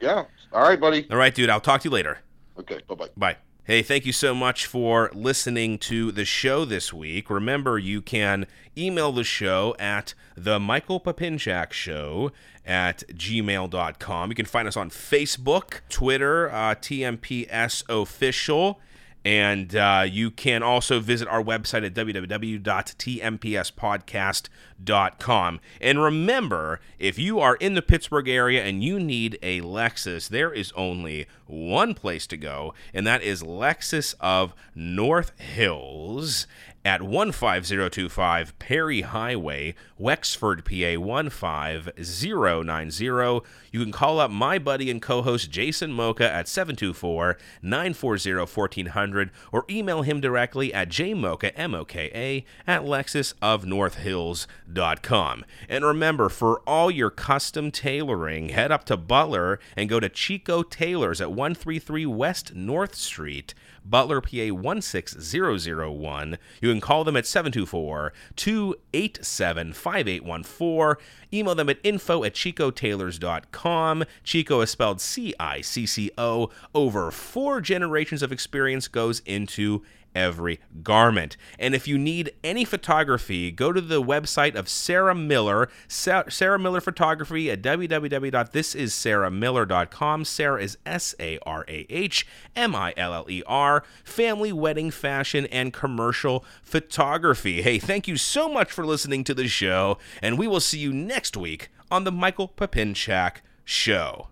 [SPEAKER 2] Yeah. All right, buddy.
[SPEAKER 1] All right, dude, I'll talk to you later.
[SPEAKER 2] Okay. Bye bye.
[SPEAKER 1] Bye. Hey, thank you so much for listening to the show this week. Remember, you can email the show at the Michael Papinchak Show at gmail.com. You can find us on Facebook, Twitter, uh, TMPS Official. And uh, you can also visit our website at www.tmpspodcast.com. And remember, if you are in the Pittsburgh area and you need a Lexus, there is only one place to go, and that is Lexus of North Hills at 15025 Perry Highway, Wexford, PA 15090. You can call up my buddy and co host Jason Mocha at 724 940 1400 or email him directly at jmocha, M O K A, at lexusofnorthhills.com. And remember, for all your custom tailoring, head up to Butler and go to Chico Tailors at 133 West North Street. Butler, PA 16001. You can call them at 724 287 5814. Email them at info at chicotailors.com. Chico is spelled C I C C O. Over four generations of experience goes into every garment. And if you need any photography, go to the website of Sarah Miller, Sa- Sarah Miller Photography at www.thisissarahmiller.com. Sarah is S A R A H M I L L E R, family, wedding, fashion, and commercial photography. Hey, thank you so much for listening to the show, and we will see you next week on the Michael Papinchak Show.